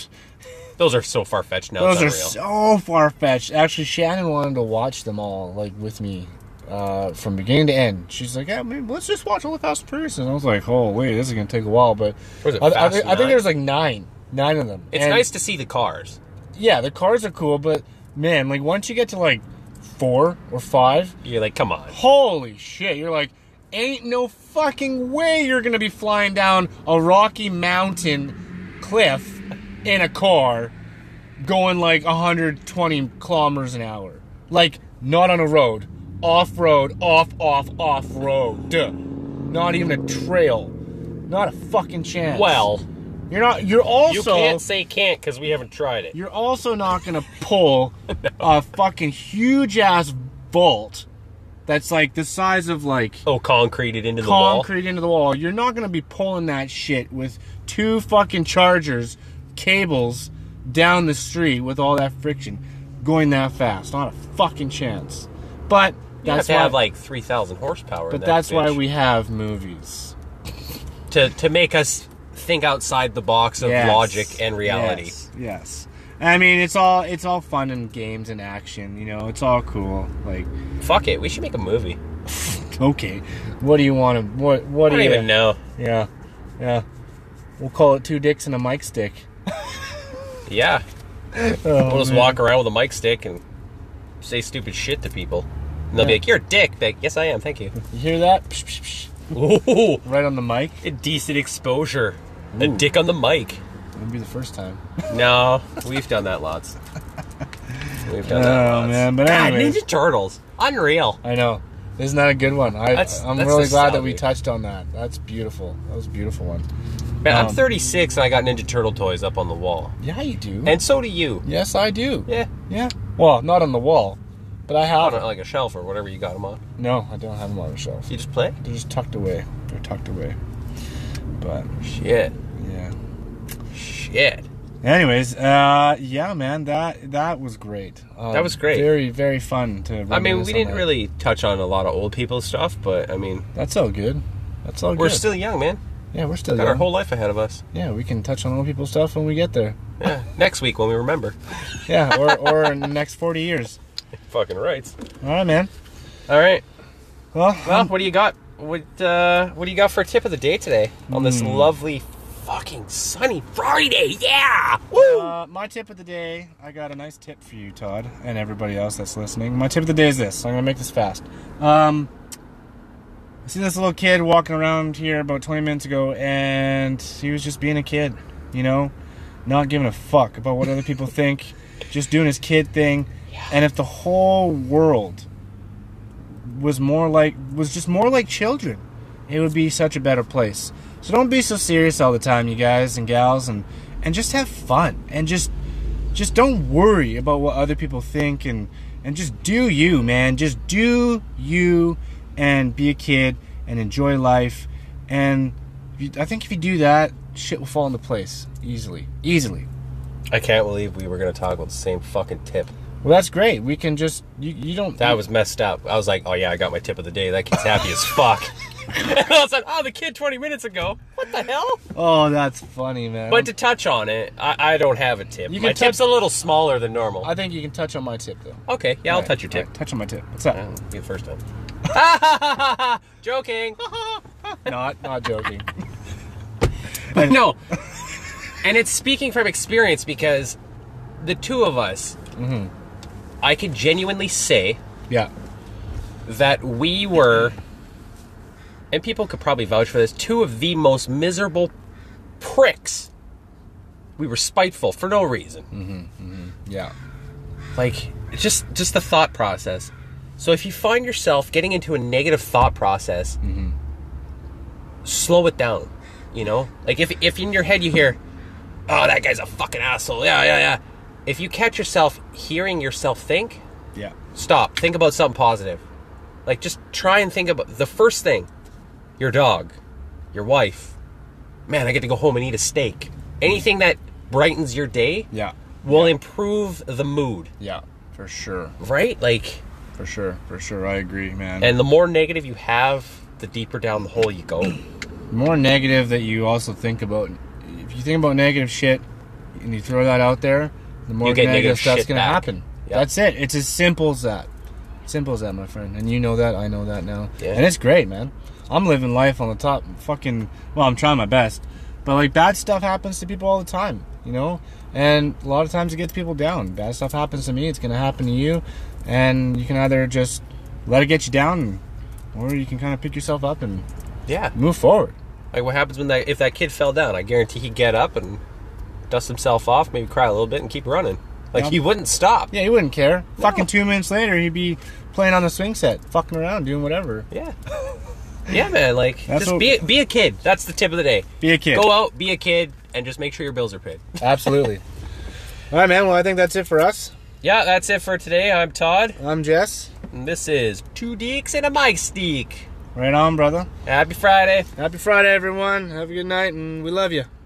Speaker 2: Those are so far fetched now.
Speaker 1: those
Speaker 2: it's
Speaker 1: are
Speaker 2: unreal.
Speaker 1: so far fetched. Actually, Shannon wanted to watch them all like with me. Uh, from beginning to end, she's like, "Yeah, maybe let's just watch all the Fast and Furious." And I was like, "Oh, wait, this is gonna take a while." But
Speaker 2: What is it,
Speaker 1: I, I
Speaker 2: Fast
Speaker 1: think-
Speaker 2: and
Speaker 1: I think
Speaker 2: Nine?
Speaker 1: there's like nine, nine of them.
Speaker 2: It's
Speaker 1: And-
Speaker 2: nice to see the cars.
Speaker 1: Yeah, the cars are cool, but man, like once you get to like four or five,
Speaker 2: You're like, come on.
Speaker 1: holy shit, you're like, ain't no fucking way you're gonna be flying down a rocky mountain cliff in a car going like 120 kilometers an hour. Like, not on a road. Off road, off, off, off road. Not even a trail. Not a fucking chance.
Speaker 2: Well,
Speaker 1: you're not. You're also.
Speaker 2: you can't say can't because we haven't tried it.
Speaker 1: You're also not gonna pull a fucking huge ass bolt that's like the size of like
Speaker 2: Oh, concrete it into
Speaker 1: concrete into the wall. You're not gonna be pulling that shit with two fucking chargers, cables down the street with all that friction going that fast. Not a fucking chance. But
Speaker 2: the wall. You
Speaker 1: that's
Speaker 2: have to
Speaker 1: why.
Speaker 2: have like three thousand horsepower. in
Speaker 1: but
Speaker 2: that
Speaker 1: that's why
Speaker 2: bitch
Speaker 1: we have movies.
Speaker 2: to to make us think outside the box of
Speaker 1: Yes.
Speaker 2: logic and reality.
Speaker 1: Yes. yes. I mean, it's all it's all fun and games and action. You know, it's all cool. Like.
Speaker 2: Fuck it, we should make a movie.
Speaker 1: Okay. What do you want to? What? What
Speaker 2: I
Speaker 1: do
Speaker 2: don't
Speaker 1: you?
Speaker 2: even know.
Speaker 1: Yeah, yeah. We'll call it two dicks and a mic stick.
Speaker 2: Yeah,
Speaker 1: Oh,
Speaker 2: we'll just
Speaker 1: man.
Speaker 2: walk around with a mic stick and say stupid shit to people, and they'll be like, "You're a dick." Be Like, yes, I am. Thank you.
Speaker 1: You hear that? Psh, psh, psh.
Speaker 2: Ooh,
Speaker 1: Right on the mic.
Speaker 2: a decent exposure. A
Speaker 1: Ooh.
Speaker 2: dick on the mic.
Speaker 1: It'd be the first time.
Speaker 2: No, we've done that lots. We've done that
Speaker 1: Oh,
Speaker 2: lots.
Speaker 1: man, but
Speaker 2: God,
Speaker 1: anyways.
Speaker 2: Ninja Turtles, unreal.
Speaker 1: I know. Isn't that a good one? I,
Speaker 2: That's-
Speaker 1: I'm
Speaker 2: that's
Speaker 1: really
Speaker 2: the
Speaker 1: glad that we
Speaker 2: salary.
Speaker 1: touched on that. That's beautiful. That was a beautiful one.
Speaker 2: Man, I'm
Speaker 1: Um,
Speaker 2: 36 and I got Ninja Turtle toys up on the wall,
Speaker 1: Yeah, you do.
Speaker 2: and so do you.
Speaker 1: yes, I do.
Speaker 2: Yeah,
Speaker 1: Yeah. Well, not on the wall, but I have.
Speaker 2: on a- like a shelf or whatever you got them on.
Speaker 1: No, I don't have them on the shelf.
Speaker 2: You just play.
Speaker 1: They're just tucked away. They're tucked away. But
Speaker 2: Shit.
Speaker 1: yeah.
Speaker 2: Shit.
Speaker 1: Anyways, uh, yeah, man, that that was great. Um,
Speaker 2: That was great.
Speaker 1: Very, very fun to.
Speaker 2: I mean,
Speaker 1: reminisce
Speaker 2: we
Speaker 1: on
Speaker 2: didn't
Speaker 1: that.
Speaker 2: really touch on a lot of old people stuff, but I mean,
Speaker 1: That's all good. That's all
Speaker 2: we're
Speaker 1: good.
Speaker 2: still young, man.
Speaker 1: yeah, we're still
Speaker 2: Got our
Speaker 1: young.
Speaker 2: whole life ahead of us.
Speaker 1: yeah, we can touch on old people stuff when we get there.
Speaker 2: Yeah. Next week when we remember.
Speaker 1: Yeah, or or in the next forty years.
Speaker 2: Fucking rights.
Speaker 1: All right, man.
Speaker 2: All right.
Speaker 1: Well, um,
Speaker 2: Well, what do you got? What uh, What do you got for a tip of the day today on
Speaker 1: Hmm.
Speaker 2: this lovely, fucking sunny Friday? Yeah. Woo.
Speaker 1: Uh, my tip of the day, I got a nice tip for you, Todd, and everybody else that's listening. My tip of the day is this. I'm gonna make this fast. Um, I see this little kid walking around here about 20 minutes ago, and he was just being a kid, you know, not giving a fuck about what other people think, just doing his kid thing. And if the whole world was more like was just more like children, it would be such a better place. So don't be so serious all the time, you guys and gals, and and just have fun and just just don't worry about what other people think and and just do you, man. Just do you and be a kid and enjoy life. And you, I think if you do that, shit will fall into place easily, easily.
Speaker 2: I can't believe we were gonna talk about the same fucking tip.
Speaker 1: Well, that's great. We can just you, you don't
Speaker 2: That was messed up. I was like, oh yeah, I got my tip of the day. That kid's happy as fuck. and I was like, oh, the kid 20 minutes ago. What the hell?
Speaker 1: oh, that's funny, man.
Speaker 2: But to touch on it, I, I don't have a tip.
Speaker 1: You
Speaker 2: My
Speaker 1: can touch-
Speaker 2: tip's a little smaller than normal.
Speaker 1: I think you can touch on my tip though.
Speaker 2: okay, yeah, I'll
Speaker 1: Right,
Speaker 2: touch your tip.
Speaker 1: right, touch on my tip. What's up?
Speaker 2: Uh, be the first time. Joking.
Speaker 1: Not not joking.
Speaker 2: But no. And it's speaking from experience because the two of us, I can genuinely say
Speaker 1: Yeah.
Speaker 2: that we were, and people could probably vouch for this, two of the most miserable pricks. We were spiteful for no reason.
Speaker 1: Yeah.
Speaker 2: like just just the thought process so if you find yourself getting into a negative thought process slow it down you know like if if in your head you hear oh that guy's a fucking asshole yeah yeah yeah if you catch yourself hearing yourself think
Speaker 1: Yeah.
Speaker 2: stop think about something positive like just try and think about the first thing your dog your wife man i get to go home and eat a steak anything that brightens your day
Speaker 1: Yeah.
Speaker 2: will improve the mood
Speaker 1: Yeah. For sure.
Speaker 2: right? Like,
Speaker 1: For sure. For sure. I agree, man.
Speaker 2: and the more negative you have, the deeper down the hole you go.
Speaker 1: more negative that you also think about if you think about negative shit and you throw that out there the more
Speaker 2: You get
Speaker 1: negative,
Speaker 2: negative
Speaker 1: stuff's
Speaker 2: shit
Speaker 1: gonna
Speaker 2: back.
Speaker 1: happen
Speaker 2: Yeah.
Speaker 1: that's it it's as simple as that simple as that my friend and you know that i know that now
Speaker 2: Yeah.
Speaker 1: and it's great man i'm living life on the top fucking well i'm trying my best but like bad stuff happens to people all the time you know and a lot of times it gets people down bad stuff happens to me it's gonna happen to you and you can either just let it get you down or you can kind of pick yourself up and
Speaker 2: Yeah.
Speaker 1: move forward
Speaker 2: Like, what happens when that if that kid fell down? I guarantee he'd get up and dust himself off, maybe cry a little bit, and keep running. Like
Speaker 1: Yeah.
Speaker 2: he wouldn't stop.
Speaker 1: Yeah, he wouldn't care.
Speaker 2: No.
Speaker 1: Fucking two minutes later, he'd be playing on the swing set, fucking around, doing whatever.
Speaker 2: Yeah. Yeah, man. Like,
Speaker 1: That's
Speaker 2: just
Speaker 1: what-
Speaker 2: be a, be a kid. That's the tip of the day.
Speaker 1: Be a kid.
Speaker 2: Go out, be a kid, and just make sure your bills are paid.
Speaker 1: Absolutely. All right, man. Well, I think that's it for us.
Speaker 2: Yeah, that's it for today. I'm Todd,
Speaker 1: I'm Jess.
Speaker 2: and this is Two Deeks and a Mike Steak.
Speaker 1: Right on, brother.
Speaker 2: Happy Friday.
Speaker 1: Happy Friday, everyone. Have a good night, and we love you.